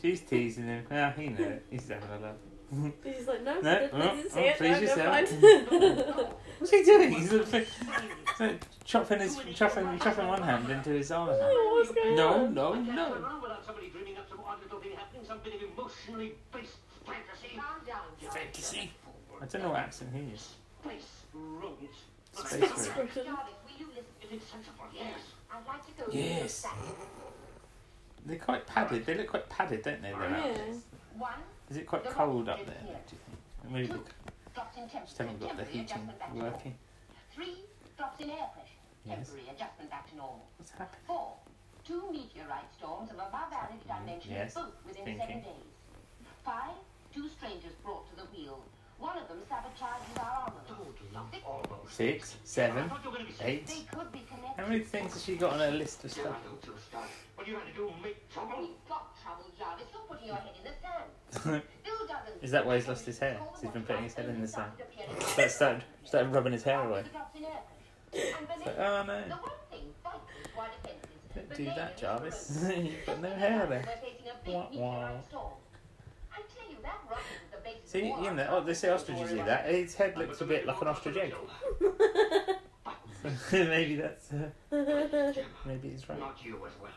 [SPEAKER 3] She's teasing him. Ah, he knew it. He's having a laugh.
[SPEAKER 2] He's just like, no,
[SPEAKER 3] No,
[SPEAKER 2] I didn't, I
[SPEAKER 3] oh,
[SPEAKER 2] didn't
[SPEAKER 3] oh,
[SPEAKER 2] see it.
[SPEAKER 3] please
[SPEAKER 2] no,
[SPEAKER 3] yourself.
[SPEAKER 2] never mind.
[SPEAKER 3] What's he doing? He's a fi- he's like chopping his chopping chopping one hand into his other hand.
[SPEAKER 2] What's going
[SPEAKER 3] No,
[SPEAKER 2] on?
[SPEAKER 3] no,
[SPEAKER 7] I can't go
[SPEAKER 3] no.
[SPEAKER 7] around without somebody dreaming up some odd little thing happening, some bit of emotionally based fantasy.
[SPEAKER 6] Calm down, Jarvis.
[SPEAKER 3] Fantasy. I don't know what accent he is.
[SPEAKER 7] Space rodents.
[SPEAKER 3] Space room.
[SPEAKER 2] Expression.
[SPEAKER 6] Jarvis, will you listen?
[SPEAKER 7] Is it sensible? Yes.
[SPEAKER 6] I'd like to go
[SPEAKER 3] Yes.
[SPEAKER 6] to the
[SPEAKER 3] They're quite padded. They look quite padded, don't they? Their
[SPEAKER 2] Yeah.
[SPEAKER 3] outfits.
[SPEAKER 6] One,
[SPEAKER 3] Is it quite cold up there? Do you think? Maybe look,
[SPEAKER 6] drops in temperature.
[SPEAKER 3] just haven't got the
[SPEAKER 6] temporary
[SPEAKER 3] heating
[SPEAKER 6] adjustment back to normal.
[SPEAKER 3] working.
[SPEAKER 6] Three, drops in air pressure.
[SPEAKER 3] Yes.
[SPEAKER 6] Temporary adjustment back to normal.
[SPEAKER 3] What's happening?
[SPEAKER 6] Four, two meteorite storms of above average dimensions,
[SPEAKER 3] Yes,
[SPEAKER 6] both within
[SPEAKER 3] thinking.
[SPEAKER 6] seven days. Five, two strangers brought to the wheel. One of them sabotages our armament.
[SPEAKER 7] Good luck, almost.
[SPEAKER 3] Six,
[SPEAKER 7] I
[SPEAKER 3] seven,
[SPEAKER 7] thought you were going to be
[SPEAKER 3] eight.
[SPEAKER 6] They could be connected.
[SPEAKER 3] How many things has she got on her list of
[SPEAKER 7] I
[SPEAKER 3] stuff?
[SPEAKER 7] don't do stuff. What are you going to do? Make
[SPEAKER 3] Oh.
[SPEAKER 7] trouble?
[SPEAKER 6] We've got trouble, Jarvis. You're putting your head in the sand. Bill doesn't.
[SPEAKER 3] Is that why he's lost his hair? 'Cause he's been putting his head in the sand. Start, started, started rubbing his hair away. It's like, oh no,
[SPEAKER 6] The one thing biting is wide offences,
[SPEAKER 3] don't
[SPEAKER 6] but
[SPEAKER 3] do
[SPEAKER 6] they
[SPEAKER 3] that,
[SPEAKER 6] are
[SPEAKER 3] Jarvis.
[SPEAKER 6] ferocious.
[SPEAKER 3] You've got no hair
[SPEAKER 6] We're
[SPEAKER 3] there.
[SPEAKER 6] facing a big
[SPEAKER 3] Wah, wah.
[SPEAKER 6] meteorite storm. I tell you, that rocket is the basis of
[SPEAKER 3] See,
[SPEAKER 6] all
[SPEAKER 3] you
[SPEAKER 6] our
[SPEAKER 3] know, oh, they say ostriches do that. His head looks a bit like an ostrich egg. maybe that's, uh, maybe he's right.
[SPEAKER 7] Not you as well.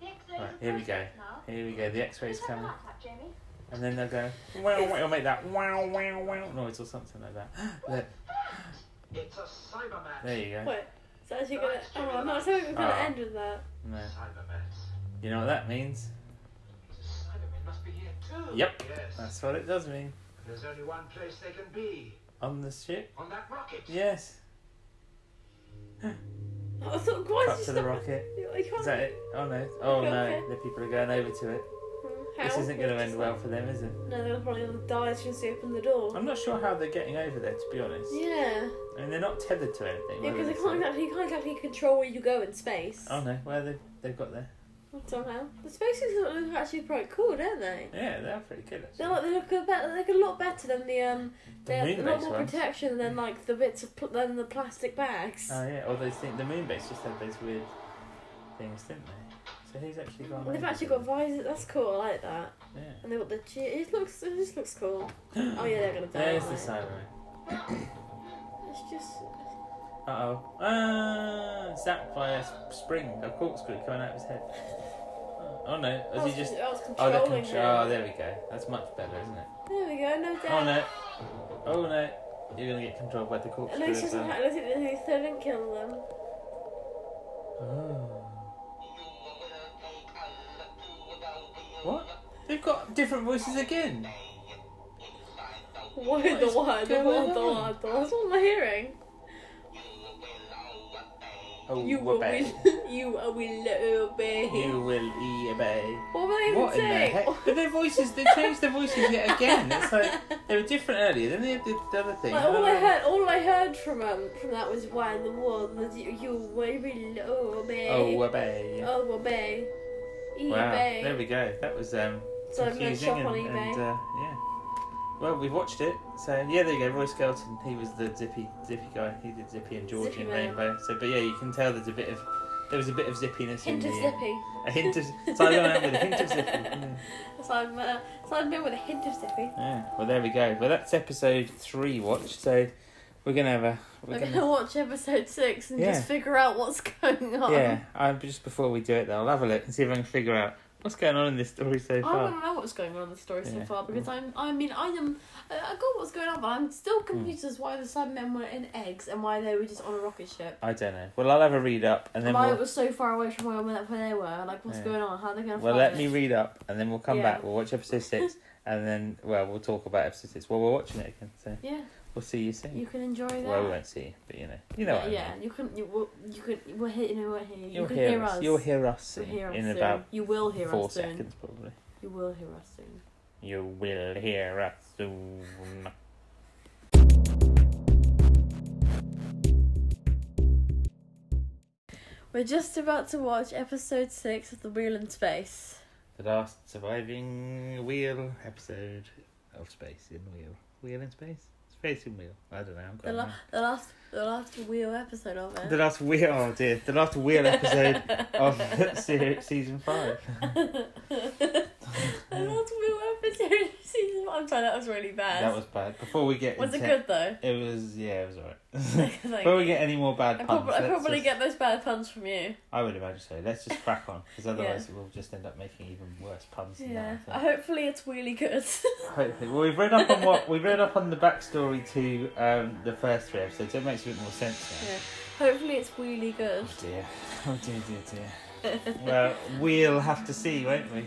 [SPEAKER 6] The X-rays
[SPEAKER 3] Right,
[SPEAKER 6] are
[SPEAKER 3] here we go.
[SPEAKER 6] processed now.
[SPEAKER 3] Here we go, the x-ray's
[SPEAKER 6] Let's have a
[SPEAKER 3] coming.
[SPEAKER 6] light up, Jamie.
[SPEAKER 3] And then they'll go, wow, wow, it'll make that wow, wow, wow noise or something like that. Look,
[SPEAKER 5] It's a Cyberman.
[SPEAKER 3] there you go.
[SPEAKER 2] Wait, so actually gonna. Oh, I'm not sure we're gonna
[SPEAKER 3] Ah.
[SPEAKER 2] end with that.
[SPEAKER 3] No.
[SPEAKER 5] Cybermans.
[SPEAKER 3] You know what that means?
[SPEAKER 5] Cybermen must be here too.
[SPEAKER 3] Yep.
[SPEAKER 5] Yes.
[SPEAKER 3] That's what it does mean.
[SPEAKER 5] There's only one place they can be.
[SPEAKER 3] On the ship?
[SPEAKER 5] On that rocket.
[SPEAKER 3] Yes.
[SPEAKER 2] I thought, Oh, why
[SPEAKER 3] Up
[SPEAKER 2] did you
[SPEAKER 3] to the
[SPEAKER 2] stop?
[SPEAKER 3] rocket.
[SPEAKER 2] You can't-
[SPEAKER 3] Is that it? Oh no. Oh no, the people are going over to it.
[SPEAKER 2] How?
[SPEAKER 3] This isn't going to end well for them, is it?
[SPEAKER 2] No, they're probably going to die as soon as they open the door.
[SPEAKER 3] I'm not sure how they're getting over there, to be honest.
[SPEAKER 2] Yeah.
[SPEAKER 3] I mean, they're not tethered to anything.
[SPEAKER 2] Yeah,
[SPEAKER 3] whether
[SPEAKER 2] because you
[SPEAKER 3] it's
[SPEAKER 2] can't,
[SPEAKER 3] like-
[SPEAKER 2] actually, you can't actually control where you go in space.
[SPEAKER 3] Oh no, where they they've got there?
[SPEAKER 2] Somehow. The spaces are actually quite cool, don't they?
[SPEAKER 3] Yeah, they're pretty good. Actually.
[SPEAKER 2] They're like, they look a better. They look a lot better than the um.
[SPEAKER 3] The
[SPEAKER 2] They're
[SPEAKER 3] moon
[SPEAKER 2] a lot
[SPEAKER 3] base
[SPEAKER 2] more
[SPEAKER 3] ones.
[SPEAKER 2] protection than like the bits of pl- than the plastic bags.
[SPEAKER 3] Oh yeah, all those things. The moon base just had those weird things, didn't they? So he's actually gone.
[SPEAKER 2] And they've
[SPEAKER 3] over
[SPEAKER 2] actually
[SPEAKER 3] there.
[SPEAKER 2] got visors. That's cool. I like that.
[SPEAKER 3] Yeah.
[SPEAKER 2] And they've got the cheer. It looks. It just looks cool. Oh yeah, they're gonna die.
[SPEAKER 3] There's the
[SPEAKER 2] aren't they?
[SPEAKER 3] Cyberman.
[SPEAKER 2] It's just.
[SPEAKER 3] Uh oh. Ah, zapped by a s- spring, a corkscrew coming out of his head. Oh, oh no,
[SPEAKER 2] I
[SPEAKER 3] is
[SPEAKER 2] was,
[SPEAKER 3] he just?
[SPEAKER 2] I was
[SPEAKER 3] Oh, they're
[SPEAKER 2] controlling
[SPEAKER 3] contro- oh,
[SPEAKER 2] them.
[SPEAKER 3] there we go. That's much better, isn't it?
[SPEAKER 2] There we go. No doubt.
[SPEAKER 3] Oh no. Oh no. You're gonna get controlled by the
[SPEAKER 2] At
[SPEAKER 3] corkscrew.
[SPEAKER 2] least
[SPEAKER 3] as
[SPEAKER 2] doesn't
[SPEAKER 3] well.
[SPEAKER 2] have, at least it doesn't- they didn't kill them.
[SPEAKER 3] Oh. What? They've got different voices again.
[SPEAKER 2] Whoa, the
[SPEAKER 3] is
[SPEAKER 2] word, the word,
[SPEAKER 3] going
[SPEAKER 2] the
[SPEAKER 3] on?
[SPEAKER 2] word, the word. That's what I'm hearing.
[SPEAKER 3] Oh,
[SPEAKER 2] You will,
[SPEAKER 3] obey.
[SPEAKER 2] you uh, will obey.
[SPEAKER 3] You will obey.
[SPEAKER 2] What were they even
[SPEAKER 3] What in the
[SPEAKER 2] saying?
[SPEAKER 3] heck? But their voices, they changed their voices yet again. It's like they were different earlier. Then they did the other thing.
[SPEAKER 2] Like, all I heard, all I heard from um, from that was why the world was you, you will be- obey.
[SPEAKER 3] Oh, obey.
[SPEAKER 2] oh, obey. Oh, eBay.
[SPEAKER 3] Wow, there we go. That was um,
[SPEAKER 2] So I'm gonna
[SPEAKER 3] confusing
[SPEAKER 2] shop on
[SPEAKER 3] and,
[SPEAKER 2] eBay.
[SPEAKER 3] and, uh, yeah. Well, we've watched it, so yeah, there you go. Roy Skelton, he was the Zippy Zippy guy. He did Zippy and Georgie
[SPEAKER 2] Zippy
[SPEAKER 3] and
[SPEAKER 2] Man.
[SPEAKER 3] Rainbow. So, but yeah, you can tell there's a bit of there was a bit of zippiness in
[SPEAKER 2] Hint
[SPEAKER 3] the
[SPEAKER 2] of
[SPEAKER 3] uh,
[SPEAKER 2] zippy.
[SPEAKER 3] a hint of Cyberman with a hint of zippy. Yeah.
[SPEAKER 2] So I'm, uh, so I'm with a hint of zippy.
[SPEAKER 3] yeah. Well, there we go. Well, that's episode three watched. So we're gonna have a
[SPEAKER 2] We're
[SPEAKER 3] we're
[SPEAKER 2] gonna,
[SPEAKER 3] gonna
[SPEAKER 2] watch episode six and
[SPEAKER 3] Yeah.
[SPEAKER 2] just figure out what's going on.
[SPEAKER 3] yeah. I, just before we do it, though, I'll have a look and see if I can figure out what's going on in this story so
[SPEAKER 2] I
[SPEAKER 3] far.
[SPEAKER 2] don't know what's going on in the story so
[SPEAKER 3] Yeah. Mm.
[SPEAKER 2] far because I'm. I mean, I am. I I got what's going on, but I'm still confused as why the Cybermen were in eggs and why they were just on a rocket ship.
[SPEAKER 3] I don't know. Well, I'll have a read up and then
[SPEAKER 2] And why
[SPEAKER 3] we'll
[SPEAKER 2] it was so far away from where, where they were. Like, what's
[SPEAKER 3] Yeah.
[SPEAKER 2] going on? How are they going to?
[SPEAKER 3] Well, let me read up, and then we'll come
[SPEAKER 2] Yeah.
[SPEAKER 3] back. We'll watch episode six, and then well, we'll talk about episode six. Well, we're watching it again, so
[SPEAKER 2] Yeah,
[SPEAKER 3] we'll see you soon.
[SPEAKER 2] you can enjoy that.
[SPEAKER 3] well, we won't see you, but you know, you know
[SPEAKER 2] yeah,
[SPEAKER 3] what I mean.
[SPEAKER 2] yeah, you can. You, will- you could. You will hear. You know what? Hear. You
[SPEAKER 3] You'll
[SPEAKER 2] can
[SPEAKER 3] hear, us. You'll hear us
[SPEAKER 2] You'll
[SPEAKER 3] soon,
[SPEAKER 2] hear us
[SPEAKER 3] in
[SPEAKER 2] soon.
[SPEAKER 3] about
[SPEAKER 2] you will hear
[SPEAKER 3] four
[SPEAKER 2] us soon.
[SPEAKER 3] seconds, probably.
[SPEAKER 2] You will hear us soon.
[SPEAKER 3] You will hear us soon.
[SPEAKER 2] We're just about to watch episode six of The Wheel in Space.
[SPEAKER 3] The last surviving wheel episode of space in wheel, wheel in space, space in wheel. I don't know. I'm
[SPEAKER 2] The, la- the last, the last wheel episode of it.
[SPEAKER 3] the last wheel, oh dear, the last wheel episode of se- season five.
[SPEAKER 2] the last wheel episode of season. one. I'm sorry, that was really bad.
[SPEAKER 3] That was bad. Before we get
[SPEAKER 2] Was it
[SPEAKER 3] into
[SPEAKER 2] good though?
[SPEAKER 3] It was yeah, it was alright.
[SPEAKER 2] Thank
[SPEAKER 3] Before we
[SPEAKER 2] you.
[SPEAKER 3] get any more bad
[SPEAKER 2] I,
[SPEAKER 3] puns,
[SPEAKER 2] prob- I
[SPEAKER 3] let's
[SPEAKER 2] probably
[SPEAKER 3] just-
[SPEAKER 2] get those bad puns from you.
[SPEAKER 3] I would imagine so. Let's just crack on, because otherwise we'll just end up making even worse puns. Than
[SPEAKER 2] Yeah.
[SPEAKER 3] That, I think.
[SPEAKER 2] Hopefully, it's really good.
[SPEAKER 3] Hopefully, well, we've read up on what we've read up on the backstory to um, the first three episodes. So it makes a bit more sense now.
[SPEAKER 2] yeah. Hopefully, it's really good.
[SPEAKER 3] Oh dear, oh dear, dear, dear. well, we'll have to see, won't we?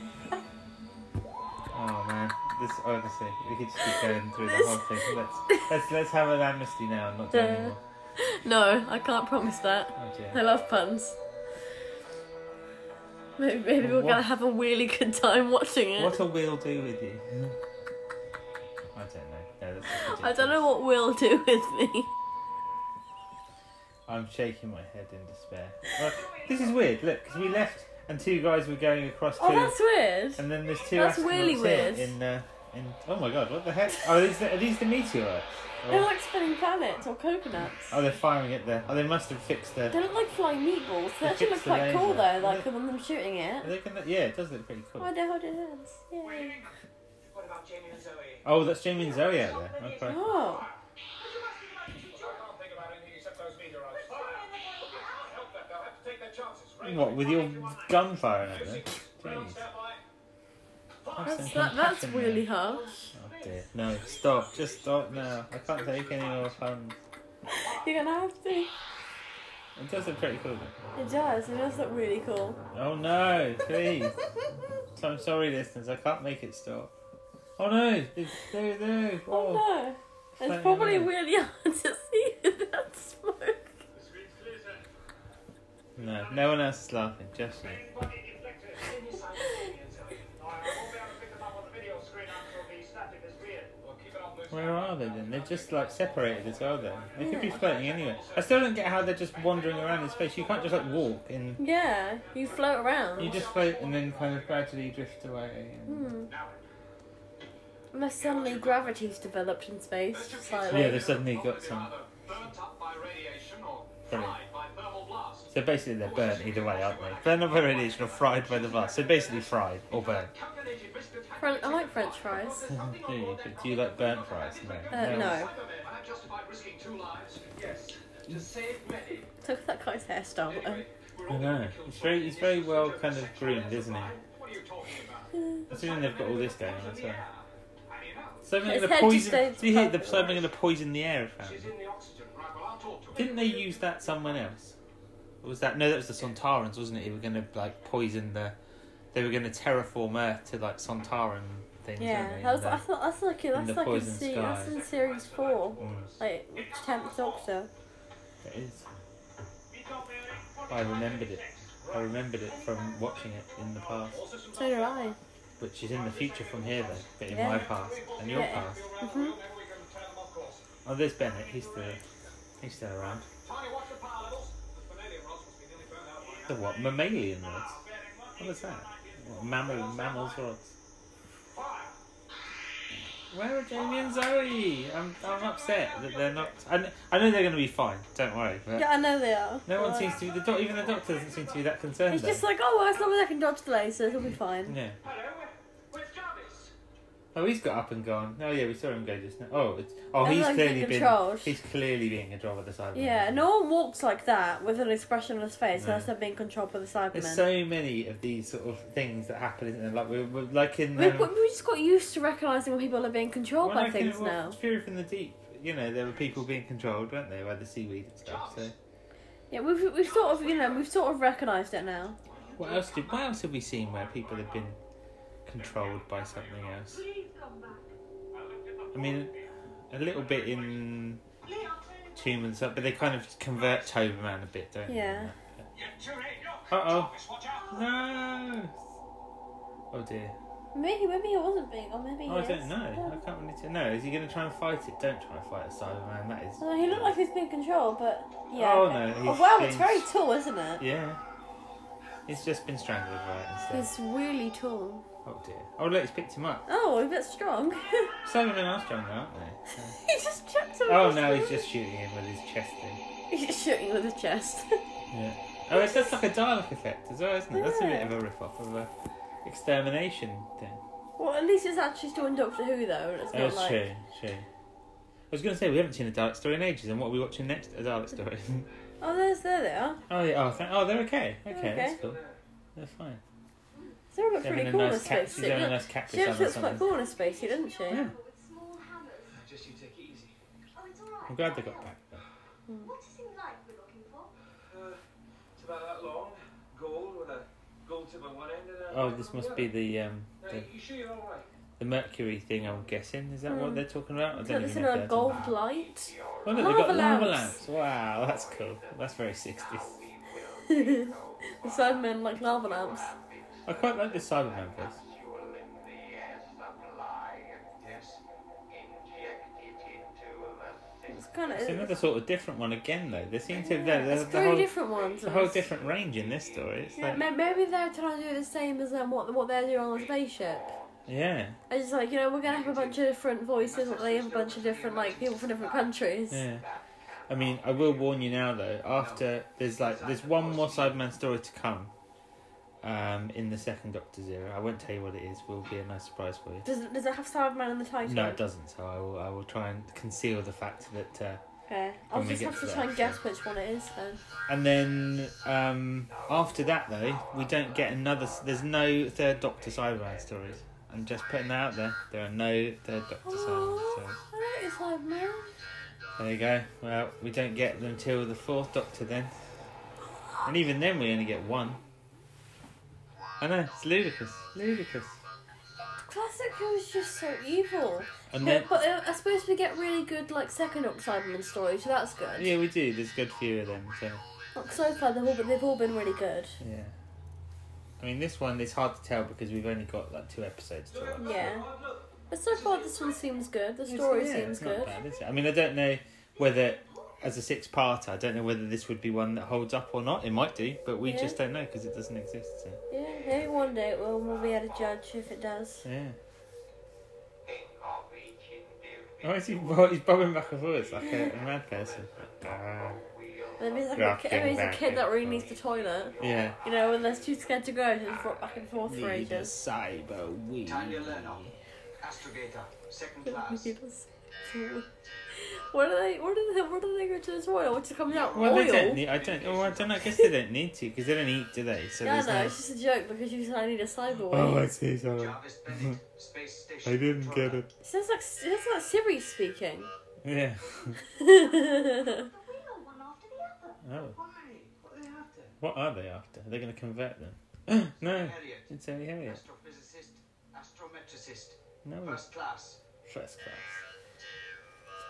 [SPEAKER 3] Oh man, this honestly, we could just keep going through the
[SPEAKER 2] This-
[SPEAKER 3] whole thing. Let's let's let's have an amnesty now and not do
[SPEAKER 2] Yeah.
[SPEAKER 3] anymore.
[SPEAKER 2] No, I can't promise that.
[SPEAKER 3] Oh dear.
[SPEAKER 2] I love puns. Maybe, maybe we're
[SPEAKER 3] What-
[SPEAKER 2] gonna have a really good time watching it.
[SPEAKER 3] What'll Will do with you? I don't know. No, that's just
[SPEAKER 2] I don't know
[SPEAKER 3] ridiculous.
[SPEAKER 2] what will do with me.
[SPEAKER 3] I'm shaking my head in despair. Well, this is weird. Look, because we left and two guys were going across two,
[SPEAKER 2] Oh, that's weird.
[SPEAKER 3] and then there's two
[SPEAKER 2] that's
[SPEAKER 3] astronauts
[SPEAKER 2] really
[SPEAKER 3] here
[SPEAKER 2] weird.
[SPEAKER 3] in. Uh, in oh my god, what the heck? Oh, are these the, are these the meteorites?
[SPEAKER 2] They
[SPEAKER 3] Oh,
[SPEAKER 2] look like spinning planets or coconuts.
[SPEAKER 3] oh, they're firing at the. Oh, they must have fixed the.
[SPEAKER 2] They look like flying meatballs. They actually look
[SPEAKER 3] fixed the
[SPEAKER 2] quite cool though,
[SPEAKER 3] laser.
[SPEAKER 2] like the one them shooting
[SPEAKER 3] Are
[SPEAKER 2] it.
[SPEAKER 3] they gonna, yeah, it does look pretty
[SPEAKER 2] Oh,
[SPEAKER 3] cool.
[SPEAKER 2] they hold it hands. Yay.
[SPEAKER 5] What about Jamie and Zoe?
[SPEAKER 3] Oh, that's Jamie and Zoe out there. Okay.
[SPEAKER 2] Oh.
[SPEAKER 3] What with your gunfire and everything? Jeez.
[SPEAKER 2] That's, that, that's really harsh.
[SPEAKER 3] Oh dear. No, stop. Just stop now. I can't take any more fun.
[SPEAKER 2] You're gonna have to.
[SPEAKER 3] It does look pretty cool. though.
[SPEAKER 2] It does, it does look really cool. Oh,
[SPEAKER 3] Oh no, please. So I'm sorry, listeners. I can't make it stop. Oh no, it's, no, no.
[SPEAKER 2] Oh
[SPEAKER 3] Oh.
[SPEAKER 2] no.
[SPEAKER 3] Flying
[SPEAKER 2] It's probably
[SPEAKER 3] around.
[SPEAKER 2] really hard to see that smoke.
[SPEAKER 3] No, no one else is laughing. Just me. are they then? They're just like separated as well then. They could be floating anywhere. I still don't get how they're just wandering around in space. You can't just like walk and
[SPEAKER 2] Yeah, you float around.
[SPEAKER 3] you just float and then kind of gradually drift away. And...
[SPEAKER 2] Hmm. Unless suddenly gravity's developed in space, slightly.
[SPEAKER 3] Yeah, they suddenly got some.
[SPEAKER 4] Burnt up by radiation or
[SPEAKER 3] Brilliant.
[SPEAKER 4] fried by thermal blast.
[SPEAKER 3] So basically they're burnt either way, aren't they? Burnt up by radiation or fried by the blast. So basically fried or burnt.
[SPEAKER 4] Calculated risk of attack.
[SPEAKER 2] Fren- I like French fries.
[SPEAKER 3] do, you, do you like burnt fries?
[SPEAKER 2] Uh,
[SPEAKER 3] No.
[SPEAKER 2] no.
[SPEAKER 4] Cybermen have justified risking two lives. Yes, to save many.
[SPEAKER 2] Look at that guy's hairstyle. though.
[SPEAKER 4] We're
[SPEAKER 3] I
[SPEAKER 4] all
[SPEAKER 3] know.
[SPEAKER 4] kill
[SPEAKER 3] It's very, it's very well kind of groomed, isn't it?
[SPEAKER 4] What are you talking about?
[SPEAKER 3] Assuming they've got all this going on as well.
[SPEAKER 4] And you know,
[SPEAKER 3] So they're
[SPEAKER 2] His
[SPEAKER 3] going to
[SPEAKER 2] head just
[SPEAKER 3] poison.
[SPEAKER 2] stays
[SPEAKER 3] Do you hear?
[SPEAKER 2] purple.
[SPEAKER 3] They're suddenly going to poison the air. Apparently.
[SPEAKER 4] she's in the oxygen. Right, well, I'll talk to her.
[SPEAKER 3] Um, Didn't they use that someone else? Or was that no? That was the Sontarans, wasn't it? They were going to like poison the. They were going to terraform Earth to like Sontaran things. weren't
[SPEAKER 2] Yeah,
[SPEAKER 3] they?
[SPEAKER 2] that was,
[SPEAKER 3] And
[SPEAKER 2] I thought that's like that's
[SPEAKER 3] the
[SPEAKER 2] like in
[SPEAKER 3] poison
[SPEAKER 2] se-
[SPEAKER 3] sky.
[SPEAKER 2] that's in series four,
[SPEAKER 3] Mm.
[SPEAKER 2] like tenth Doctor.
[SPEAKER 3] that- it is. I remembered it. I remembered it from watching it in the past,
[SPEAKER 2] So do I.
[SPEAKER 3] which is in the future from here though, but in
[SPEAKER 2] Yeah.
[SPEAKER 3] my past and your
[SPEAKER 2] Yeah.
[SPEAKER 3] past.
[SPEAKER 2] mm-hmm.
[SPEAKER 3] Oh, there's Bennett. He's still, he's still around.
[SPEAKER 4] Tiny, watch the power levels. The vanadium rods must be nearly burnt out by now.
[SPEAKER 3] The what? Mammalian rods. What was that? What, mammal, mammals rods. Where are Jamie and Zoe? I'm, I'm upset that they're not. I, kn- I know they're going to be fine. Don't worry. But
[SPEAKER 2] Yeah, I know they are.
[SPEAKER 3] no one
[SPEAKER 2] Like,
[SPEAKER 3] seems to be. The doc, even the doctor doesn't seem to be that concerned.
[SPEAKER 2] It's just
[SPEAKER 3] though.
[SPEAKER 2] like, oh, well, as long as I can dodge the lasers, it'll be fine.
[SPEAKER 3] Yeah.
[SPEAKER 4] Hello, where's Jarvis?
[SPEAKER 3] Oh, he's got up and gone. Oh yeah, we saw him go just now. Oh, it's, oh, he's
[SPEAKER 2] Everyone's being
[SPEAKER 3] clearly been.
[SPEAKER 2] controlled.
[SPEAKER 3] He's clearly being controlled by the Cybermen.
[SPEAKER 2] Yeah, no one walks like that with an expression on his face
[SPEAKER 3] No.
[SPEAKER 2] unless they're being controlled by the Cybermen.
[SPEAKER 3] There's so many of these sort of things that happen, isn't there? Like we're, we're like in.
[SPEAKER 2] we,
[SPEAKER 3] Um,
[SPEAKER 2] we we just got used to recognising when people are being controlled
[SPEAKER 3] when
[SPEAKER 2] by
[SPEAKER 3] I came
[SPEAKER 2] things
[SPEAKER 3] to watch
[SPEAKER 2] now.
[SPEAKER 3] Fury from the Deep. You know, there were people being controlled, weren't they, by the seaweed and stuff. So.
[SPEAKER 2] Yeah, we've, we've sort of, you know, we've sort of recognised it now.
[SPEAKER 3] What else did? What else have we seen where people have been controlled by something else? I mean, a little bit in Tomb and stuff, but they kind of convert Toberman a bit, don't
[SPEAKER 2] Yeah.
[SPEAKER 4] You're too late, look.
[SPEAKER 3] Uh oh.
[SPEAKER 4] Jarvis, watch out.
[SPEAKER 3] No. Oh dear.
[SPEAKER 2] Maybe, maybe he wasn't being, or maybe he
[SPEAKER 3] Oh, I
[SPEAKER 2] is.
[SPEAKER 3] don't know. I can't really tell. No, is he going to try and fight it? Don't try and fight a Cyberman. That is.
[SPEAKER 2] No, he looked like he's being controlled, but yeah.
[SPEAKER 3] Oh,
[SPEAKER 2] okay.
[SPEAKER 3] no,
[SPEAKER 2] Oh,
[SPEAKER 3] he's
[SPEAKER 2] wow, it's
[SPEAKER 3] being-
[SPEAKER 2] very tall, isn't it?
[SPEAKER 3] Yeah. He's just been strangled by it instead.
[SPEAKER 2] He's really tall.
[SPEAKER 3] Oh dear. Oh look, he's picked him up.
[SPEAKER 2] Oh, a bit strong. he
[SPEAKER 3] Cybermen are strong, though, aren't they?
[SPEAKER 2] just chucked him.
[SPEAKER 3] Oh
[SPEAKER 2] across
[SPEAKER 3] no,
[SPEAKER 2] the
[SPEAKER 3] he's
[SPEAKER 2] room.
[SPEAKER 3] just shooting him with his chest thing.
[SPEAKER 2] He's just shooting with his chest.
[SPEAKER 3] Yeah. Oh, it's that's like a Dalek effect as well, isn't it? That's a bit
[SPEAKER 2] Yeah.
[SPEAKER 3] of a riff off of a extermination thing.
[SPEAKER 2] well, at least it's actually still in Doctor Who though, and it's not
[SPEAKER 3] That's
[SPEAKER 2] like.
[SPEAKER 3] true, true. I was going to say we haven't seen a Dalek story in ages, and what are we watching next? A Dalek story.
[SPEAKER 2] Oh, there's there they are.
[SPEAKER 3] oh yeah. Oh, thank, oh, they're okay. Okay,
[SPEAKER 2] Okay.
[SPEAKER 3] that's cool. They're fine.
[SPEAKER 2] She's having
[SPEAKER 3] She's having
[SPEAKER 2] pretty
[SPEAKER 3] a
[SPEAKER 2] cool in a
[SPEAKER 3] nice cat- she's
[SPEAKER 2] spacesuit.
[SPEAKER 3] having a
[SPEAKER 2] Look,
[SPEAKER 3] nice cat
[SPEAKER 2] She
[SPEAKER 3] with
[SPEAKER 2] actually
[SPEAKER 3] someone,
[SPEAKER 2] looks quite
[SPEAKER 3] something.
[SPEAKER 2] cool in a spacesuit, doesn't she?
[SPEAKER 3] Yeah.
[SPEAKER 4] Just you take it easy.
[SPEAKER 6] Oh,
[SPEAKER 3] I'm glad they got back. Though.
[SPEAKER 6] Hmm. What is in life we're looking for?
[SPEAKER 4] It's about that long. Gold with a gold tip on one end and
[SPEAKER 3] Oh, this must be the um the,
[SPEAKER 4] you sure you're all right?
[SPEAKER 3] the Mercury thing. I'm guessing is that
[SPEAKER 2] Hmm.
[SPEAKER 3] what they're talking about? I don't
[SPEAKER 2] Look,
[SPEAKER 3] even
[SPEAKER 2] it's
[SPEAKER 3] know
[SPEAKER 2] in
[SPEAKER 3] if
[SPEAKER 2] a
[SPEAKER 3] they're
[SPEAKER 2] gold
[SPEAKER 3] talking-
[SPEAKER 2] light.
[SPEAKER 3] Oh, look, they've
[SPEAKER 2] lava
[SPEAKER 3] got lava
[SPEAKER 2] lamps.
[SPEAKER 3] lamps. Wow, that's cool. That's very sixties.
[SPEAKER 2] The Cybermen like lava lamps.
[SPEAKER 3] I quite like this Cyberman voice.
[SPEAKER 2] It's kind of.
[SPEAKER 3] It's another sort of different one again, though. They seem to have the,
[SPEAKER 2] It's
[SPEAKER 3] the,
[SPEAKER 2] three
[SPEAKER 3] whole,
[SPEAKER 2] different ones.
[SPEAKER 3] the whole different range in this story. It's
[SPEAKER 2] Yeah,
[SPEAKER 3] like,
[SPEAKER 2] ma- maybe they're trying to do the same as um, what what they're doing on the spaceship.
[SPEAKER 3] yeah,
[SPEAKER 2] It's just like you know we're gonna have a bunch of different voices, but they have a bunch of different like people from different countries.
[SPEAKER 3] yeah. I mean, I will warn you now, though. After there's like there's one more Cyberman story to come, um, in the second Doctor's era. I won't tell you what it is. Will be a nice surprise for you.
[SPEAKER 2] Does it, does it have Cyberman in the title?
[SPEAKER 3] No, it doesn't. So I will I will try and conceal the fact that. Uh,
[SPEAKER 2] Okay, I'll
[SPEAKER 3] When we
[SPEAKER 2] just
[SPEAKER 3] get
[SPEAKER 2] have
[SPEAKER 3] to
[SPEAKER 2] to
[SPEAKER 3] that.
[SPEAKER 2] try and guess which one it is then.
[SPEAKER 3] And then um, after that, though, we don't get another. There's no third Doctor Cyberman stories. I'm just putting that out there. There are no third Doctor Cyberman
[SPEAKER 2] Oh,
[SPEAKER 3] stories.
[SPEAKER 2] I like Cyberman.
[SPEAKER 3] There you go. Well, we don't get them till the fourth Doctor then, and even then we only get one. I know it's ludicrous, ludicrous.
[SPEAKER 2] Classic Who is just so evil.
[SPEAKER 3] And
[SPEAKER 2] But,
[SPEAKER 3] then
[SPEAKER 2] but uh, I suppose we get really good like second Ox Cyberman stories, so that's good.
[SPEAKER 3] yeah, we do. There's a good few of them. So
[SPEAKER 2] Like, so far they've all been, they've all been really good.
[SPEAKER 3] yeah. I mean, this one is hard to tell because we've only got like two episodes to watch.
[SPEAKER 2] Yeah.
[SPEAKER 4] Look,
[SPEAKER 2] But so far, this one seems good. The story
[SPEAKER 3] It's- yeah,
[SPEAKER 2] seems
[SPEAKER 3] it's not
[SPEAKER 2] good.
[SPEAKER 3] bad, is it? I mean, I don't know whether as a six-parter, I don't know whether this would be one that holds up or not. It might do, but we
[SPEAKER 2] Yeah.
[SPEAKER 3] just don't know because it doesn't exist. So.
[SPEAKER 2] Yeah, maybe one day it will. We'll be able to judge if it does.
[SPEAKER 3] Yeah. Oh, is he, he's bobbing back and forwards like a, a mad person. Ah.
[SPEAKER 2] Maybe he's like a,
[SPEAKER 3] Rocking
[SPEAKER 2] kid, maybe he's a
[SPEAKER 3] back
[SPEAKER 2] kid
[SPEAKER 3] and
[SPEAKER 2] that really needs the toilet.
[SPEAKER 3] Yeah.
[SPEAKER 2] You know, when they're too scared to go, they just walk back and forth for ages.
[SPEAKER 3] cyber weed.
[SPEAKER 4] Tanya Lerner, Astrogator, second class.
[SPEAKER 2] What are they? What are they? What are they going to this oil? What's coming out?
[SPEAKER 3] Well,
[SPEAKER 2] oil.
[SPEAKER 3] they don't need. I don't. Oh, I don't. know, I guess they don't need to because they don't eat, do they? So
[SPEAKER 2] yeah,
[SPEAKER 3] there's
[SPEAKER 2] no,
[SPEAKER 3] no.
[SPEAKER 2] it's just a joke because you said I need a cyber
[SPEAKER 3] Oh,
[SPEAKER 2] oil.
[SPEAKER 3] I see. Sorry,
[SPEAKER 4] Jarvis Bennett, space station.
[SPEAKER 3] I didn't
[SPEAKER 4] controller.
[SPEAKER 3] get it.
[SPEAKER 2] It sounds like it sounds like Siri speaking.
[SPEAKER 3] Yeah.
[SPEAKER 6] The
[SPEAKER 2] They're
[SPEAKER 6] wheel, one after the other.
[SPEAKER 3] Oh,
[SPEAKER 5] Why? What are they after?
[SPEAKER 3] what are they after? They're going to convert them. no,
[SPEAKER 4] Elliot,
[SPEAKER 3] it's only Harriet.
[SPEAKER 4] astrophysicist, astrometricist,
[SPEAKER 3] No, it's
[SPEAKER 4] first class.
[SPEAKER 3] first class.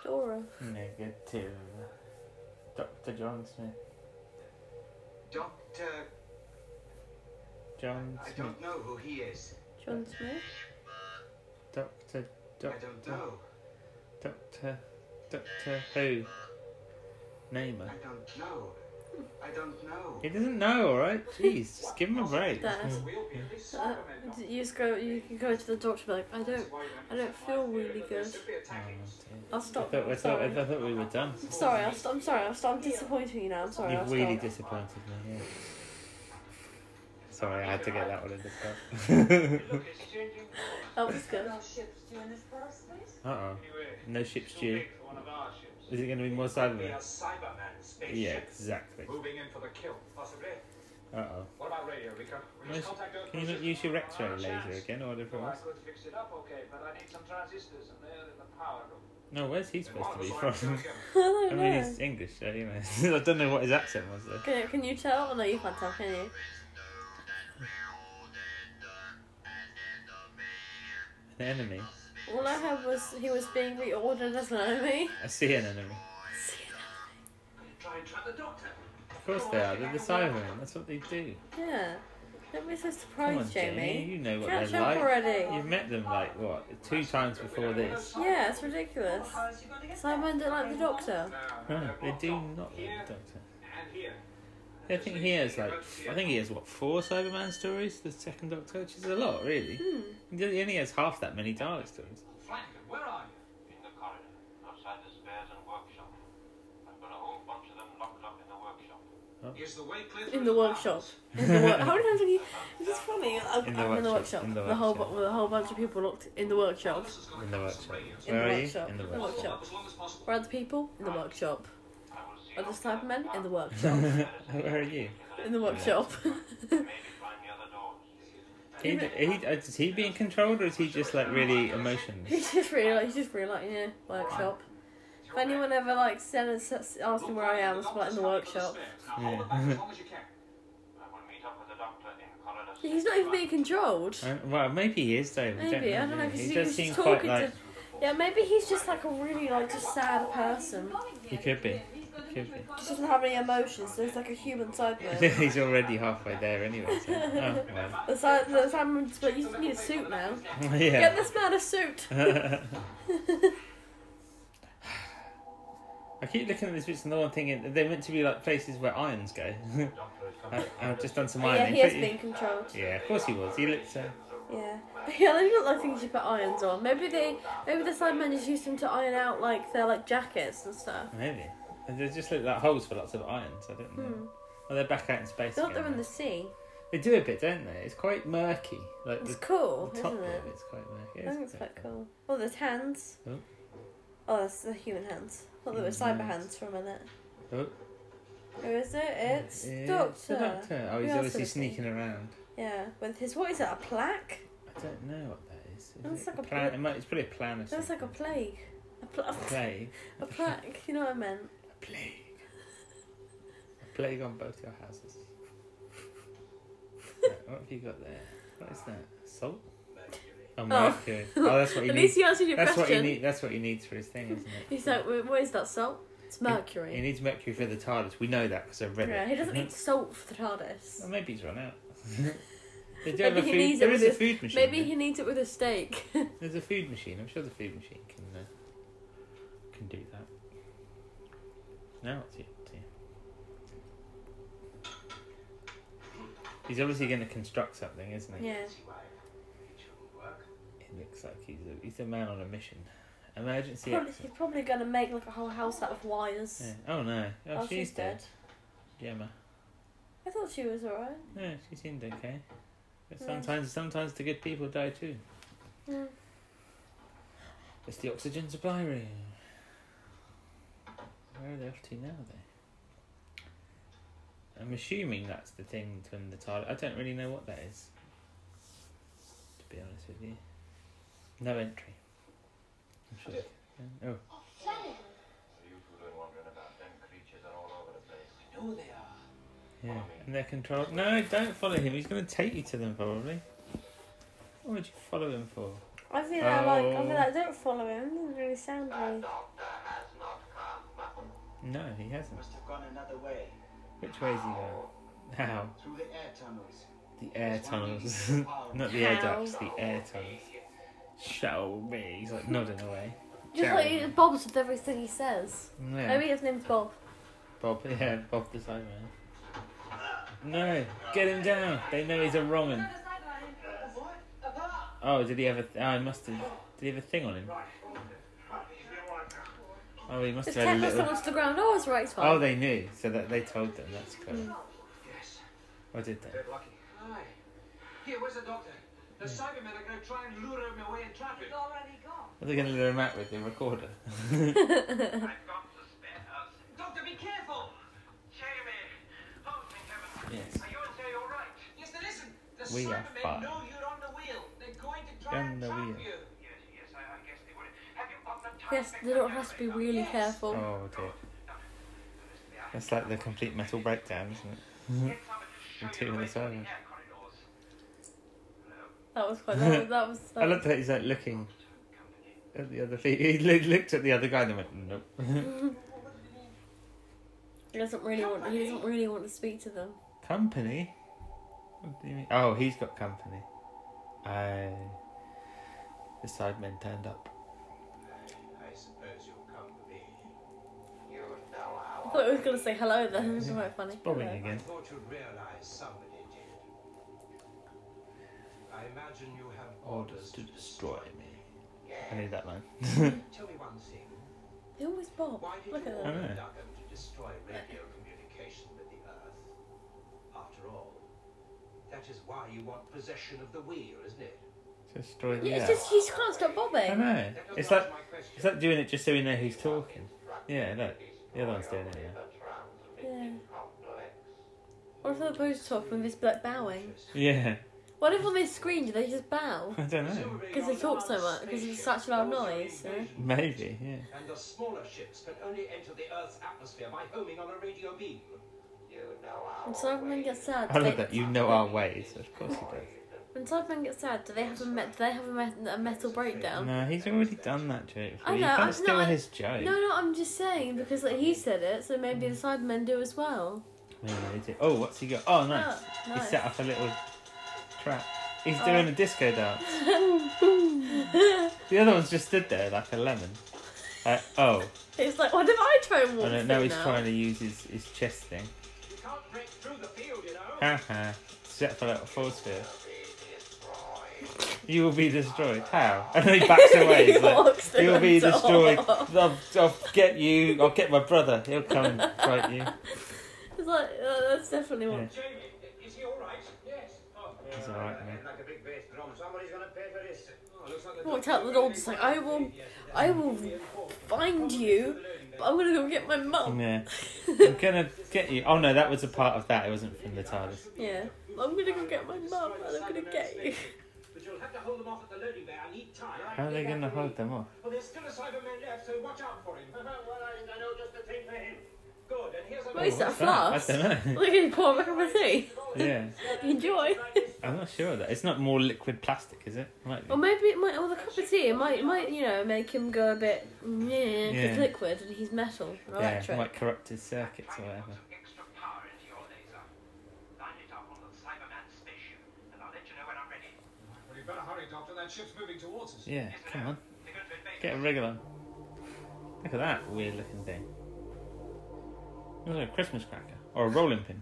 [SPEAKER 2] Dora.
[SPEAKER 3] Negative. Doctor John Smith.
[SPEAKER 4] Doctor,
[SPEAKER 3] John
[SPEAKER 4] I
[SPEAKER 3] Smith.
[SPEAKER 4] don't know who he is.
[SPEAKER 2] John Smith.
[SPEAKER 3] Doctor.
[SPEAKER 4] I don't
[SPEAKER 3] Doctor.
[SPEAKER 4] know.
[SPEAKER 3] Doctor. Doctor Who. Namer.
[SPEAKER 4] I don't know. I don't know.
[SPEAKER 3] He doesn't know, alright? Jeez, just give him a break.
[SPEAKER 2] That. Uh, d- you just go. You can go to the doctor. and be like, I don't. I don't feel really good.
[SPEAKER 3] Um,
[SPEAKER 2] I'll
[SPEAKER 3] I
[SPEAKER 2] stop.
[SPEAKER 3] thought, I,
[SPEAKER 2] I'm
[SPEAKER 3] thought, I
[SPEAKER 2] sorry.
[SPEAKER 3] thought we were done.
[SPEAKER 2] I'm sorry. I'll st- I'm sorry. I'll st- I'm disappointing you now. I'm sorry. I'll
[SPEAKER 3] You've really
[SPEAKER 2] stop.
[SPEAKER 3] disappointed me, yeah. Sorry, I had to get that one in the top.
[SPEAKER 2] That was Oh, good.
[SPEAKER 3] uh oh. No ship's due.
[SPEAKER 4] one of our ships.
[SPEAKER 3] Is it going to be more
[SPEAKER 4] We are
[SPEAKER 3] Cybermen?
[SPEAKER 4] Cyberman spaceships.
[SPEAKER 3] Yeah, exactly.
[SPEAKER 4] Moving in for the kill, possibly.
[SPEAKER 3] Uh oh.
[SPEAKER 4] What about radio? We can, we can
[SPEAKER 3] Nice.
[SPEAKER 4] contact Earth
[SPEAKER 3] Can you not
[SPEAKER 4] forces.
[SPEAKER 3] use your X ray
[SPEAKER 4] Our
[SPEAKER 3] laser
[SPEAKER 4] chance.
[SPEAKER 3] again or whatever it
[SPEAKER 4] Well, I
[SPEAKER 3] was?
[SPEAKER 4] could fix it up, okay, but I need some transistors, and they're in the power room.
[SPEAKER 3] No, where's he supposed to be
[SPEAKER 4] Marvel's
[SPEAKER 3] from?
[SPEAKER 4] like Joker.
[SPEAKER 2] I don't
[SPEAKER 3] I
[SPEAKER 2] know.
[SPEAKER 3] mean, he's English, so you know. I don't know what his accent was though.
[SPEAKER 2] Can, can you tell? Oh, no, you can't tell, can you?
[SPEAKER 3] An enemy.
[SPEAKER 2] All I had was he was being reordered as an enemy.
[SPEAKER 3] I see an enemy.
[SPEAKER 4] Try and trap the doctor.
[SPEAKER 3] Of course they are. They're the Cybermen. That's what they do.
[SPEAKER 2] Yeah. Don't be so
[SPEAKER 3] Come
[SPEAKER 2] surprised,
[SPEAKER 3] on, Jamie.
[SPEAKER 2] Jamie.
[SPEAKER 3] You know what
[SPEAKER 2] Catch
[SPEAKER 3] they're
[SPEAKER 2] up
[SPEAKER 3] like.
[SPEAKER 2] already.
[SPEAKER 3] You've met them like what two times before this.
[SPEAKER 2] Yeah, it's ridiculous. Simon didn't like the doctor.
[SPEAKER 3] No, they do not like the Doctor.
[SPEAKER 4] And here.
[SPEAKER 3] I think he has like I think he has what four Cyberman stories. The second Doctor, which is a lot, really.
[SPEAKER 2] Hmm.
[SPEAKER 3] He only has half that many Dalek stories.
[SPEAKER 4] Flanagan, where are you?
[SPEAKER 8] In the corridor, outside the spares and workshop. I've got a whole bunch of them locked up in the workshop.
[SPEAKER 4] Is the way clear?
[SPEAKER 2] In the workshop. In the wor- How many times have you? This is funny. I'm,
[SPEAKER 3] In
[SPEAKER 2] in
[SPEAKER 3] the
[SPEAKER 2] the, I'm in the
[SPEAKER 3] workshop,
[SPEAKER 2] workshop.
[SPEAKER 3] in the
[SPEAKER 2] The whole,
[SPEAKER 3] workshop.
[SPEAKER 2] bu- the whole bunch of people locked in the workshop.
[SPEAKER 3] In the workshop.
[SPEAKER 2] In
[SPEAKER 3] Where
[SPEAKER 2] the
[SPEAKER 3] are you?
[SPEAKER 2] workshop.
[SPEAKER 3] In the
[SPEAKER 2] In the
[SPEAKER 3] workshop.
[SPEAKER 2] workshop. Where are the people? In the workshop.
[SPEAKER 8] I will see
[SPEAKER 2] Are the Cybermen? In the workshop.
[SPEAKER 3] Where are you?
[SPEAKER 2] In the workshop.
[SPEAKER 8] Maybe find the other doors.
[SPEAKER 3] He, he, uh, is he being controlled or is he just like really emotionless?
[SPEAKER 2] he's just really, like, he's just really like, yeah, workshop. If anyone ever like said us- us- asked him where I am, it's like in the workshop.
[SPEAKER 4] hold it back as long as you can.
[SPEAKER 8] I will meet up with the doctor in corridor.
[SPEAKER 2] He's not even being controlled.
[SPEAKER 3] Uh, Well, maybe he is though. We
[SPEAKER 2] Maybe I don't know
[SPEAKER 3] do we?
[SPEAKER 2] because
[SPEAKER 3] He
[SPEAKER 2] he
[SPEAKER 3] does
[SPEAKER 2] was
[SPEAKER 3] seem
[SPEAKER 2] just
[SPEAKER 3] quite
[SPEAKER 2] talking
[SPEAKER 3] like
[SPEAKER 2] to. Yeah, maybe he's just like a really like just sad person.
[SPEAKER 3] he could be. Could be.
[SPEAKER 2] Just doesn't have any emotions. There's like a human side to him.
[SPEAKER 3] He's already halfway there anyway. So. Oh, well.
[SPEAKER 2] The side, the side man's like, you need a suit now. Get
[SPEAKER 3] yeah.
[SPEAKER 2] this man a suit.
[SPEAKER 3] I keep looking at this bits and the one thinking they're meant to be like places where irons go. I, I've just done some
[SPEAKER 2] yeah,
[SPEAKER 3] ironing.
[SPEAKER 2] he has
[SPEAKER 3] but
[SPEAKER 2] been controlled.
[SPEAKER 3] yeah, of course he was. He looked. Uh,
[SPEAKER 2] Yeah, yeah. They look like things you put irons on. Maybe they, maybe the side man just used them to iron out like their like jackets and stuff.
[SPEAKER 3] maybe And they just look like holes for lots of irons. I don't know. Well, they're back out in space.
[SPEAKER 2] Thought Hmm.
[SPEAKER 3] again
[SPEAKER 2] they're in
[SPEAKER 3] now.
[SPEAKER 2] the sea.
[SPEAKER 3] They do a bit, don't they? It's quite murky. Like
[SPEAKER 2] It's
[SPEAKER 3] the,
[SPEAKER 2] cool,
[SPEAKER 3] the top
[SPEAKER 2] isn't
[SPEAKER 3] bit
[SPEAKER 2] it?
[SPEAKER 3] of it's quite murky.
[SPEAKER 2] I think it's quite cool. Oh, there's hands.
[SPEAKER 3] Oh.
[SPEAKER 2] Oh, that's the human hands. thought they were cyber hands for a minute.
[SPEAKER 3] Oh.
[SPEAKER 2] Who is it? It's
[SPEAKER 3] It's
[SPEAKER 2] Doctor.
[SPEAKER 3] the doctor. Oh,
[SPEAKER 2] Who
[SPEAKER 3] he's
[SPEAKER 2] else
[SPEAKER 3] obviously
[SPEAKER 2] would it be?
[SPEAKER 3] sneaking around.
[SPEAKER 2] Yeah, with his what is that? A plaque?
[SPEAKER 3] I don't know what that is. Is
[SPEAKER 2] That's
[SPEAKER 3] it
[SPEAKER 2] like a
[SPEAKER 3] plan.
[SPEAKER 2] pla-
[SPEAKER 3] It might, it's probably a plan or
[SPEAKER 2] That's like
[SPEAKER 3] something.
[SPEAKER 2] a plague. A, pla-
[SPEAKER 3] plague.
[SPEAKER 2] a plaque. You know what I meant?
[SPEAKER 3] A plague. A plague on both your houses. Right, what have you got there? What is that? Salt? Oh, mercury. Oh, that's what he
[SPEAKER 2] At
[SPEAKER 3] needs.
[SPEAKER 2] least you answered your
[SPEAKER 3] That's what
[SPEAKER 2] question.
[SPEAKER 3] he need. That's what he needs for his thing, isn't it?
[SPEAKER 2] He's like, "Wh- what is that salt? It's mercury.
[SPEAKER 3] He needs mercury for the TARDIS. We know that because I read
[SPEAKER 2] yeah,
[SPEAKER 3] it.
[SPEAKER 2] he doesn't need salt for the TARDIS.
[SPEAKER 3] Well, maybe he's run out. They do have
[SPEAKER 2] Maybe
[SPEAKER 3] a
[SPEAKER 2] he
[SPEAKER 3] food,
[SPEAKER 2] needs
[SPEAKER 3] there
[SPEAKER 2] it
[SPEAKER 3] is
[SPEAKER 2] with
[SPEAKER 3] a
[SPEAKER 2] his.
[SPEAKER 3] food machine.
[SPEAKER 2] Maybe
[SPEAKER 3] there.
[SPEAKER 2] he needs it with a steak.
[SPEAKER 3] There's a food machine. I'm sure the food machine can uh, can do that. Now it's you. it's you. He's obviously going to construct something, isn't he?
[SPEAKER 2] yeah.
[SPEAKER 5] See why it shouldn't work.
[SPEAKER 3] It looks like he's a, he's a man on a mission. Emergency.
[SPEAKER 2] Probably,
[SPEAKER 3] exit.
[SPEAKER 2] he's probably gonna make like a whole house out of wires.
[SPEAKER 3] Yeah. Oh no! Oh,
[SPEAKER 2] Oh,
[SPEAKER 3] she's, dead. Gemma.
[SPEAKER 2] I thought she was alright.
[SPEAKER 3] Yeah, she seemed okay. But
[SPEAKER 2] Yeah.
[SPEAKER 3] sometimes, sometimes the good people die too.
[SPEAKER 2] Yeah.
[SPEAKER 3] It's the oxygen supply room. Where are they off to now, though? I'm assuming that's the thing from the title. I don't really know what that is. To be honest with you, no entry. I'm sure. they can- Oh,
[SPEAKER 8] You two doing wandering about? Them creatures are all over the place.
[SPEAKER 5] No, they are.
[SPEAKER 3] yeah. And they're controlled. No, don't follow him. He's going to take you to them probably. What would you follow him for?
[SPEAKER 2] I feel I like I
[SPEAKER 3] Oh.
[SPEAKER 2] feel like don't follow him. It doesn't really sound right.
[SPEAKER 3] No, he hasn't.
[SPEAKER 5] Must have gone another way.
[SPEAKER 3] Which way is he going? How?
[SPEAKER 5] Through the air tunnels.
[SPEAKER 3] The air tunnels. Not the air ducts, the air tunnels. Show me. He's like nodding away.
[SPEAKER 2] Just like he bobs with everything he says.
[SPEAKER 3] Yeah.
[SPEAKER 2] Maybe his name's Bob.
[SPEAKER 3] Bob, yeah, Bob the Sideman. No, get him down. They know he's a wrong un. Oh, did he have a? Th- oh, he must have. Did he have a thing on him? Oh, he must
[SPEAKER 2] Just
[SPEAKER 3] have had a
[SPEAKER 2] tackles
[SPEAKER 3] little.
[SPEAKER 2] someone to the Mm. ground. Oh, it's right. It's fine.
[SPEAKER 3] Oh, they knew, so that they told them. That's clever. Or did they?
[SPEAKER 4] Dead lucky.
[SPEAKER 5] Hi. Here, where's the doctor? The Cybermen are going to try and lure him away in traffic.
[SPEAKER 3] Are they going to lure him out with the recorder?
[SPEAKER 8] I've got the spares.
[SPEAKER 5] Doctor, be careful!
[SPEAKER 8] Jamie! Oh, thank heaven.
[SPEAKER 3] yes.
[SPEAKER 8] Are you and Jay all right?
[SPEAKER 5] Yes, now listen. The
[SPEAKER 3] We are
[SPEAKER 5] Cybermen
[SPEAKER 3] fine.
[SPEAKER 5] know you're on the wheel. They're going to try
[SPEAKER 3] On
[SPEAKER 5] and
[SPEAKER 3] the
[SPEAKER 5] trap
[SPEAKER 3] wheel.
[SPEAKER 5] you.
[SPEAKER 8] Yes, yes, I, I guess they would. Have you got the time?
[SPEAKER 2] Yes, they don't have to be really
[SPEAKER 5] Yes.
[SPEAKER 2] careful.
[SPEAKER 3] Oh dear. That's like the complete metal breakdown, isn't it?
[SPEAKER 8] I'm
[SPEAKER 3] Two in the silence.
[SPEAKER 2] That was quite. That was. That was
[SPEAKER 3] I love that he's like looking at the other. fe- He li- looked at the other guy and then went, "Nope."
[SPEAKER 2] He doesn't really want. He doesn't really want to speak to them.
[SPEAKER 3] Company? What do you mean? Oh, he's got company. I. The sidemen turned up.
[SPEAKER 5] I suppose you'll come with me.
[SPEAKER 2] I thought he was gonna say hello then. It was quite funny.
[SPEAKER 3] Bobbing
[SPEAKER 2] Hello.
[SPEAKER 5] I
[SPEAKER 3] again.
[SPEAKER 5] thought you'd realize somebody did. I imagine you have
[SPEAKER 3] Orders to destroy me. I need that line.
[SPEAKER 5] Tell me one thing.
[SPEAKER 2] He always Bob.
[SPEAKER 5] Why did
[SPEAKER 2] Look
[SPEAKER 5] you
[SPEAKER 2] at
[SPEAKER 3] I
[SPEAKER 2] that.
[SPEAKER 3] know.
[SPEAKER 5] order Duggan to destroy radio communication with the Earth? After all, that is why you want possession of the wheel, isn't it?
[SPEAKER 3] Destroy the
[SPEAKER 2] Yeah, it's
[SPEAKER 3] earth.
[SPEAKER 2] just he just can't stop
[SPEAKER 3] I
[SPEAKER 2] bobbing.
[SPEAKER 3] know.
[SPEAKER 5] That
[SPEAKER 3] It's
[SPEAKER 5] doesn't
[SPEAKER 3] like
[SPEAKER 5] answer my question.
[SPEAKER 3] it's like doing it just so we know who's talking. Yeah, look. The other one's doing it.
[SPEAKER 2] Yeah. What if they're both talking with like bowing?
[SPEAKER 3] Yeah. Yeah.
[SPEAKER 2] What if on this screen do they just bow?
[SPEAKER 3] I don't know.
[SPEAKER 2] Because they talk so much, because of such loud noise. Yeah.
[SPEAKER 3] Maybe. Yeah.
[SPEAKER 5] And the smaller ships can only enter the Earth's atmosphere by homing on a radio beam.
[SPEAKER 2] When Cybermen get sad,
[SPEAKER 3] I
[SPEAKER 2] do
[SPEAKER 3] love
[SPEAKER 2] they,
[SPEAKER 3] that. You know our ways. Of course he does.
[SPEAKER 2] when Cybermen get sad, do they have a me- do they have a, me- a metal breakdown?
[SPEAKER 3] No, he's already done that joke.
[SPEAKER 2] I
[SPEAKER 3] before. You
[SPEAKER 2] know, I-
[SPEAKER 3] can't steal
[SPEAKER 2] no, I-
[SPEAKER 3] his joke.
[SPEAKER 2] No, no, I'm just saying because like he said it, so maybe the Cybermen do as well.
[SPEAKER 3] Maybe they did. Oh, what's he got? Oh, nice.
[SPEAKER 2] Oh,
[SPEAKER 3] He
[SPEAKER 2] nice. Oh.
[SPEAKER 3] set up a little trap. He's doing a disco dance. the other one's just stood there like a lemon. Like, oh,
[SPEAKER 2] It's like, what if I try and
[SPEAKER 3] oh
[SPEAKER 2] walk
[SPEAKER 3] no,
[SPEAKER 2] through
[SPEAKER 3] now he's
[SPEAKER 2] now?
[SPEAKER 3] trying to use his, his chest thing.
[SPEAKER 5] You can't break through the field, you know.
[SPEAKER 3] Haha. Set for a little force field. You will be destroyed. How? And then he backs away.
[SPEAKER 2] He
[SPEAKER 3] He's like,
[SPEAKER 2] walks through
[SPEAKER 3] you will be
[SPEAKER 2] the door.
[SPEAKER 3] destroyed. I'll, I'll get you. I'll get my brother. He'll come and fight you.
[SPEAKER 2] It's like uh, that's definitely what.
[SPEAKER 3] Yeah.
[SPEAKER 5] Jamie, is he all right? Yes. Oh,
[SPEAKER 3] He's all right, mate.
[SPEAKER 5] like a big bass drum. Somebody's gonna pay for this. Oh, looks like the
[SPEAKER 2] Walked out the door just like I will,
[SPEAKER 5] uh,
[SPEAKER 2] I will find you. But I'm gonna go get my mum.
[SPEAKER 3] Yeah. I'm gonna get you. Oh no, that was a part of that. It wasn't from the TARDIS.
[SPEAKER 2] Yeah, I'm gonna go get my mum and I'm gonna get you.
[SPEAKER 5] But you'll have to hold them off at the loading bay. I need time.
[SPEAKER 3] How are they going to hold them off?
[SPEAKER 5] Well, there's still a Cyberman left, so watch out for him. well, I, I know just the thing for him. Good, and here's a
[SPEAKER 2] What is that
[SPEAKER 3] Oh, What's
[SPEAKER 2] flask?
[SPEAKER 3] that? I don't know.
[SPEAKER 2] Look at you pour back up a tea.
[SPEAKER 3] yeah,
[SPEAKER 2] Enjoy.
[SPEAKER 3] I'm not sure of that. It's not more liquid plastic, is it? Might be.
[SPEAKER 2] Or maybe it might, or the cup of tea, it might, might you know, make him go a bit, yeah,
[SPEAKER 3] Yeah.
[SPEAKER 2] it's liquid and he's metal, and
[SPEAKER 3] Yeah, it
[SPEAKER 2] electric.
[SPEAKER 3] might corrupt his circuits or whatever.
[SPEAKER 8] Extra power into your laser. Line it up on the Cyberman station, and I'll let you
[SPEAKER 4] That ship's moving towards us.
[SPEAKER 3] Yeah, come on. Get a wriggle on. Look at that weird looking thing. It's like a Christmas cracker. Or a rolling pin.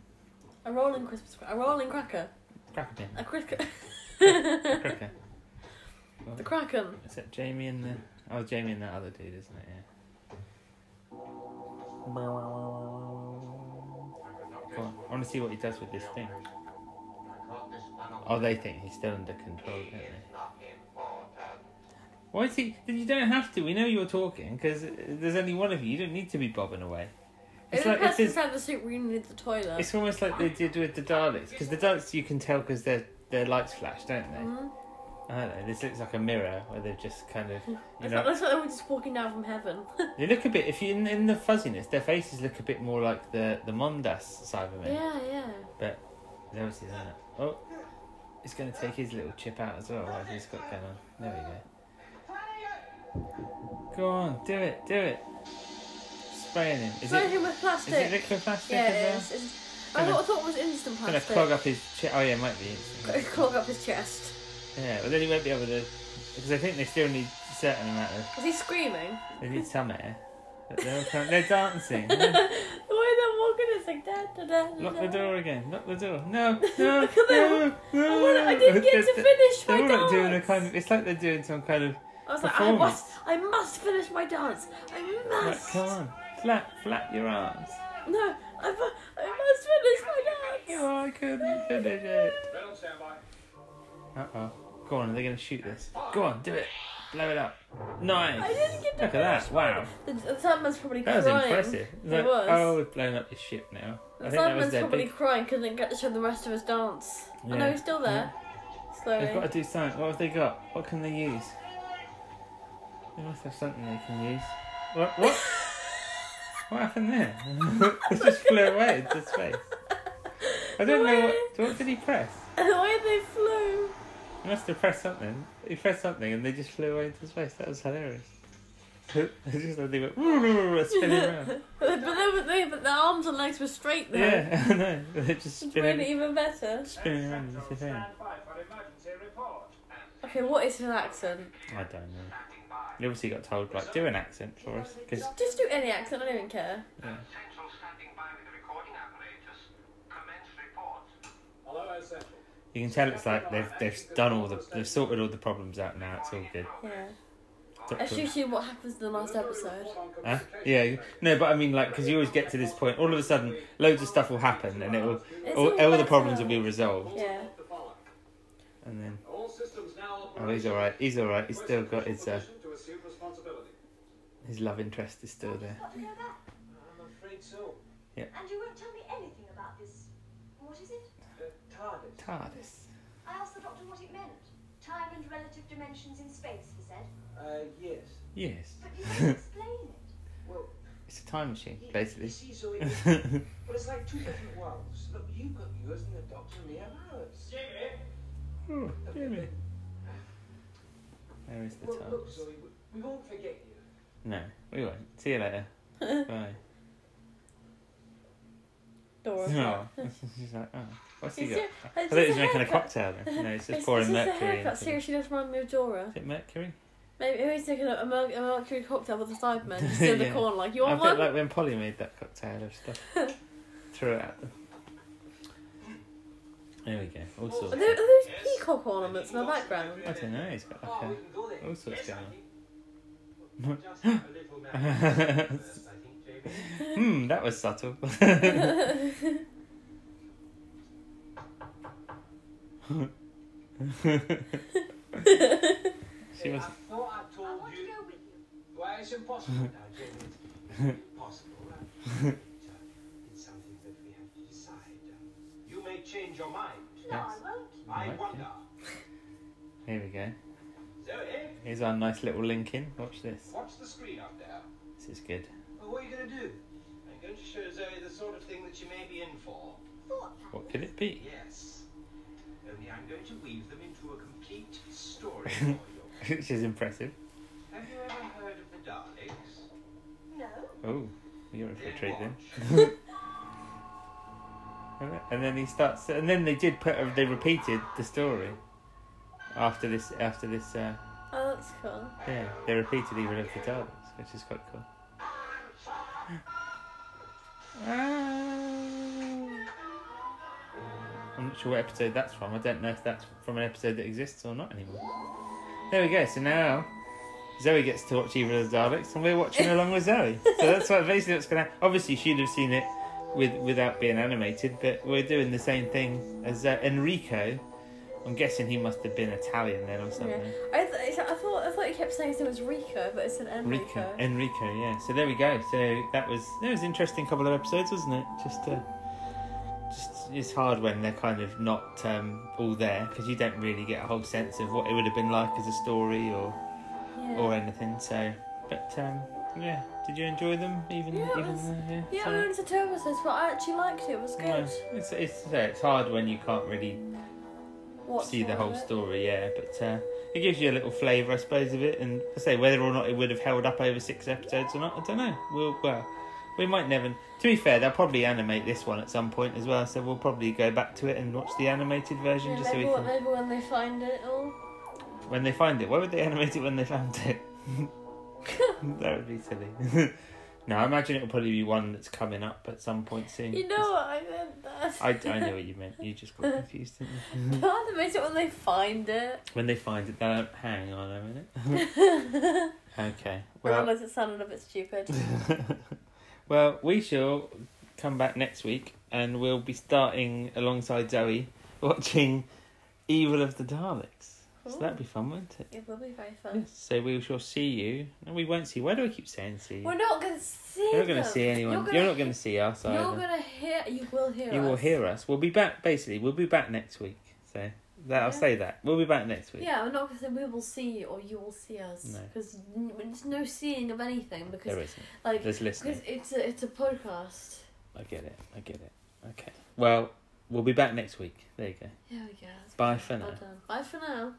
[SPEAKER 2] A rolling Christmas cracker. A rolling cracker.
[SPEAKER 3] Cracker pin.
[SPEAKER 2] A cricket.
[SPEAKER 3] Cracker.
[SPEAKER 2] the Kraken.
[SPEAKER 3] Except Jamie and the. Oh, Jamie and that other dude, isn't it? Yeah. Come on, I want to see what he does with this thing. Oh, they think he's still under control, don't they? Why is he? You don't have to. We know you're talking because there's only one of you. You don't need to be bobbing away. It's
[SPEAKER 2] It's
[SPEAKER 3] like
[SPEAKER 2] like
[SPEAKER 3] it's,
[SPEAKER 2] person
[SPEAKER 3] it's,
[SPEAKER 2] inside the suit we needed the toilet.
[SPEAKER 3] it's almost like they did with the Daleks because the Daleks you can tell because their their lights flash, don't they?
[SPEAKER 2] Mhm.
[SPEAKER 3] I don't know. This looks like a mirror where they've just kind of you
[SPEAKER 2] It's like,
[SPEAKER 3] know
[SPEAKER 2] that's like they were just walking down from heaven.
[SPEAKER 3] they look a bit. If you in, in the fuzziness, their faces look a bit more like the the Mondas Cybermen.
[SPEAKER 2] yeah, yeah.
[SPEAKER 3] But there was his, isn't it? Oh, he's going to take his little chip out as well. Whatever he's got going on. There we go. Go on, do it, do it. Spraying him. Is
[SPEAKER 2] It's not
[SPEAKER 3] it?
[SPEAKER 2] him with
[SPEAKER 3] Is
[SPEAKER 2] plastic.
[SPEAKER 3] it liquid plastic
[SPEAKER 2] yeah,
[SPEAKER 3] as
[SPEAKER 2] it
[SPEAKER 3] well?
[SPEAKER 2] is. It's, I
[SPEAKER 3] Gonna-
[SPEAKER 2] thought, I thought it was instant
[SPEAKER 3] Gonna
[SPEAKER 2] plastic.
[SPEAKER 3] clog up his chest. Oh yeah, it might be.
[SPEAKER 2] Clog up his chest.
[SPEAKER 3] Yeah, but then he won't be able to. Because I think they still need a certain amount of.
[SPEAKER 2] Is he screaming?
[SPEAKER 3] They need some air. But they're, all kind- they're dancing.
[SPEAKER 2] the way they're walking is like da da da. da,
[SPEAKER 3] Lock
[SPEAKER 2] da.
[SPEAKER 3] the door again. Lock the door. No, no,
[SPEAKER 2] Look at
[SPEAKER 3] no,
[SPEAKER 2] them.
[SPEAKER 3] no.
[SPEAKER 2] wanna- I didn't get to
[SPEAKER 3] They're-
[SPEAKER 2] finish my
[SPEAKER 3] They're all like doing a
[SPEAKER 2] dance.
[SPEAKER 3] kind of. It's like they're doing some kind of.
[SPEAKER 2] I was like, I
[SPEAKER 3] Performance.
[SPEAKER 2] must, I must finish my dance. I
[SPEAKER 3] Right,
[SPEAKER 2] must.
[SPEAKER 3] come on, flap, flap your arms.
[SPEAKER 2] No, I, mu- I must finish my dance.
[SPEAKER 3] Oh, I couldn't finish it.
[SPEAKER 4] Reynolds, stand by.
[SPEAKER 3] Uh oh. Go on, they're gonna shoot this. Go on, do it. Blow it up. Nice.
[SPEAKER 2] I didn't get to
[SPEAKER 3] Look at that. Wow.
[SPEAKER 2] The, the Sandman's probably
[SPEAKER 3] That was
[SPEAKER 2] crying.
[SPEAKER 3] impressive. It's
[SPEAKER 2] It
[SPEAKER 3] like,
[SPEAKER 2] was.
[SPEAKER 3] Oh, we've blown up your ship now. I
[SPEAKER 2] The
[SPEAKER 3] think that was
[SPEAKER 2] Sandman's
[SPEAKER 3] their
[SPEAKER 2] probably
[SPEAKER 3] big.
[SPEAKER 2] crying because didn't get to show the rest of his dance. I
[SPEAKER 3] Yeah.
[SPEAKER 2] know he's still there.
[SPEAKER 3] They've got to
[SPEAKER 2] Slowly.
[SPEAKER 3] do something. What have they got? What can they use? They must have something they can use. What? What? what happened there? it just flew away into space. I don't know what. What did he press?
[SPEAKER 2] And the way they flew.
[SPEAKER 3] He must have pressed something. He pressed something and they just flew away into space. That was hilarious. They just they went "Woo, woo, woo," spinning around.
[SPEAKER 2] but, they were, they, but their arms and legs were straight though.
[SPEAKER 3] Yeah, I know. They're just
[SPEAKER 2] Which made it
[SPEAKER 3] spinning,
[SPEAKER 2] even better.
[SPEAKER 3] spinning around as if they're-
[SPEAKER 4] Stand by for emergency report.
[SPEAKER 2] Okay, what is his accent?
[SPEAKER 3] I don't know. They obviously got told like do an accent for us because
[SPEAKER 2] Just do any accent, I don't even care.
[SPEAKER 8] Central standing by with recording apparatus. Commence report.
[SPEAKER 4] Hello, Air Central.
[SPEAKER 3] you can tell it's like they've they've done all the they've sorted all the problems out now. It's all good.
[SPEAKER 2] Yeah. That's
[SPEAKER 3] Doctor-
[SPEAKER 2] usually what happens in the last episode.
[SPEAKER 3] Huh? Yeah, no, but I mean, like, because you always get to this point, all of a sudden, loads of stuff will happen, and it'll
[SPEAKER 2] It's
[SPEAKER 3] all,
[SPEAKER 2] all
[SPEAKER 3] all the
[SPEAKER 2] better.
[SPEAKER 3] problems will be resolved,
[SPEAKER 2] Yeah.
[SPEAKER 3] and then
[SPEAKER 4] All systems now
[SPEAKER 3] oh, he's all right, he's all right, he's still got his uh,
[SPEAKER 4] Permission to assume responsibility.
[SPEAKER 3] his love interest is still there.
[SPEAKER 6] Got to go back.
[SPEAKER 4] I'm afraid so.
[SPEAKER 6] And you won't tell me anything about this. What is it?
[SPEAKER 4] The TARDIS.
[SPEAKER 3] TARDIS.
[SPEAKER 6] I asked the doctor what it meant. Time and relative dimensions in space, he said.
[SPEAKER 4] Uh, yes.
[SPEAKER 3] Yes.
[SPEAKER 6] But you didn't explain it.
[SPEAKER 5] Well,
[SPEAKER 3] it's a time machine,
[SPEAKER 5] you- You
[SPEAKER 3] basically.
[SPEAKER 5] see, so it,
[SPEAKER 3] That's
[SPEAKER 5] but it's like two different worlds. Look, you've got yours and the doctor and the ours.
[SPEAKER 3] Jimmy. Oh, Where is the
[SPEAKER 5] Well,
[SPEAKER 3] TARDIS?
[SPEAKER 5] look, Zoe, we- we won't forget you.
[SPEAKER 3] No, we won't. See you later. Bye.
[SPEAKER 2] Dora.
[SPEAKER 3] No. She's like, oh, what's he
[SPEAKER 2] It's
[SPEAKER 3] got?
[SPEAKER 2] ju-
[SPEAKER 3] I
[SPEAKER 2] it's just
[SPEAKER 3] thought he was
[SPEAKER 2] a
[SPEAKER 3] making a
[SPEAKER 2] haircut.
[SPEAKER 3] cocktail then. No, it's just
[SPEAKER 2] It's-
[SPEAKER 3] pouring
[SPEAKER 2] it's just a
[SPEAKER 3] mercury
[SPEAKER 2] haircut.
[SPEAKER 3] into the- Is
[SPEAKER 2] Seriously, does remind me of Dora.
[SPEAKER 3] it mercury?
[SPEAKER 2] Maybe who's taking a, a, mer- a mercury cocktail with a side man just in the
[SPEAKER 3] Yeah.
[SPEAKER 2] corner, like you
[SPEAKER 3] A
[SPEAKER 2] want
[SPEAKER 3] bit
[SPEAKER 2] one?
[SPEAKER 3] like when Polly made that cocktail of stuff. Threw it at them. There we go. All sorts.
[SPEAKER 2] Are
[SPEAKER 3] of-
[SPEAKER 2] there, are those peacock ornaments in the background?
[SPEAKER 3] I don't know. He's got like
[SPEAKER 5] Oh,
[SPEAKER 3] a...
[SPEAKER 5] we can go there.
[SPEAKER 3] all sorts going on.
[SPEAKER 5] on. Just have a little nap first, I think, Jamie.
[SPEAKER 2] Oh.
[SPEAKER 3] Hmm, that was subtle. What's She
[SPEAKER 5] I
[SPEAKER 3] was-
[SPEAKER 5] thought I
[SPEAKER 6] I
[SPEAKER 5] told
[SPEAKER 6] want to
[SPEAKER 5] you.
[SPEAKER 6] go with you.
[SPEAKER 5] Why it's impossible now, Jamie. It's impossible. uh, It's something that we have to decide.
[SPEAKER 4] You may change your mind.
[SPEAKER 3] Yes.
[SPEAKER 6] No, I won't.
[SPEAKER 4] I
[SPEAKER 3] Right,
[SPEAKER 4] wonder.
[SPEAKER 3] Here we go.
[SPEAKER 4] Zoe,
[SPEAKER 3] Here's our nice little link in. Watch this.
[SPEAKER 4] watch the screen up there.
[SPEAKER 3] This is good.
[SPEAKER 4] Well, what are you going to do? I'm going to show Zoe the sort of thing that she may be in for.
[SPEAKER 6] Thought patterns.
[SPEAKER 3] What could it be?
[SPEAKER 4] Yes. Only I'm going to weave them into a complete story for you.
[SPEAKER 3] Which is impressive.
[SPEAKER 4] Have you ever heard of the Daleks?
[SPEAKER 6] No.
[SPEAKER 3] Oh, you're in for a
[SPEAKER 4] Then
[SPEAKER 3] treat
[SPEAKER 4] watch.
[SPEAKER 3] then. and then he starts, and then they did put, they repeated the story. after this after this uh,
[SPEAKER 2] Oh, that's cool.
[SPEAKER 3] yeah they repeatedly relived the Daleks, which is quite cool. I'm not sure what episode that's from. I don't know if that's from an episode that exists or not anymore. There we go. So now Zoe gets to watch Evil of the Daleks, and we're watching along with Zoe. So that's what basically what's going to. Obviously, she'd have seen it with without being animated, but we're doing the same thing as uh, Enrico. I'm guessing he must have been Italian then or something.
[SPEAKER 2] Yeah. I, th- I thought I thought you kept saying his name was Rico, but it's an Enrico.
[SPEAKER 3] Enrico, Enrico, yeah. So there we go. So that was that was an interesting couple of episodes, wasn't it? Just, uh, just it's hard when they're kind of not um, all there because you don't really get a whole sense of what it would have been like as a story or
[SPEAKER 2] Yeah.
[SPEAKER 3] or anything. So, but um, yeah, did you enjoy them? Even
[SPEAKER 2] Yeah, it
[SPEAKER 3] even
[SPEAKER 2] was-
[SPEAKER 3] uh, yeah,
[SPEAKER 2] Yeah,
[SPEAKER 3] so-
[SPEAKER 2] I went to two episodes, but I actually liked it. It was good.
[SPEAKER 3] No, it's it's yeah, it's hard when you can't really
[SPEAKER 2] Watched
[SPEAKER 3] see the
[SPEAKER 2] all
[SPEAKER 3] whole
[SPEAKER 2] of it.
[SPEAKER 3] story, yeah. But uh, it gives you a little flavour, I suppose, of it. And I say whether or not it would have held up over six episodes or not, I don't know. We'll well, we might never. To be fair, they'll probably animate this one at some point as well, so we'll probably go back to it and watch the animated version
[SPEAKER 2] Yeah,
[SPEAKER 3] just so we
[SPEAKER 2] maybe,
[SPEAKER 3] can.
[SPEAKER 2] maybe when they find it all.
[SPEAKER 3] When they find it, why would they animate it when they found it? that would be silly. no, I imagine it'll probably be one that's coming up at some point soon.
[SPEAKER 2] You know what I meant that.
[SPEAKER 3] I, I know what you meant. You just got confused, didn't you?
[SPEAKER 2] They'll animate it when they find it.
[SPEAKER 3] When they find it, they'll hang on a minute.
[SPEAKER 2] I
[SPEAKER 3] okay. Well,
[SPEAKER 2] realised it sounded a bit stupid.
[SPEAKER 3] well, we shall come back next week, and we'll be starting alongside Zoe watching Evil of the Daleks. So
[SPEAKER 2] Cool.
[SPEAKER 3] that'd be fun, wouldn't it?
[SPEAKER 2] It will be very fun.
[SPEAKER 3] Yes. So we shall see you, and we won't see. Why do I keep saying see?
[SPEAKER 2] We're
[SPEAKER 3] you?
[SPEAKER 2] not going to see
[SPEAKER 3] You're not going
[SPEAKER 2] them.
[SPEAKER 3] to see anyone. You're,
[SPEAKER 2] You're, gonna,
[SPEAKER 3] not going to see us either.
[SPEAKER 2] You're going to hear. You will hear.
[SPEAKER 3] you will
[SPEAKER 2] us.
[SPEAKER 3] hear us. We'll be back. Basically, we'll be back next week. So that I'll
[SPEAKER 2] Yeah.
[SPEAKER 3] say that we'll be back next week.
[SPEAKER 2] Yeah, we're not going to say we will see you or you will see us
[SPEAKER 3] No.
[SPEAKER 2] because there's no seeing of anything because
[SPEAKER 3] There isn't.
[SPEAKER 2] like
[SPEAKER 3] There's listening.
[SPEAKER 2] because it's a, it's a podcast.
[SPEAKER 3] I get it. I get it. Okay. Well, we'll be back next week. There you go.
[SPEAKER 2] Here we go.
[SPEAKER 3] Bye for now.
[SPEAKER 2] Well done. Bye for now.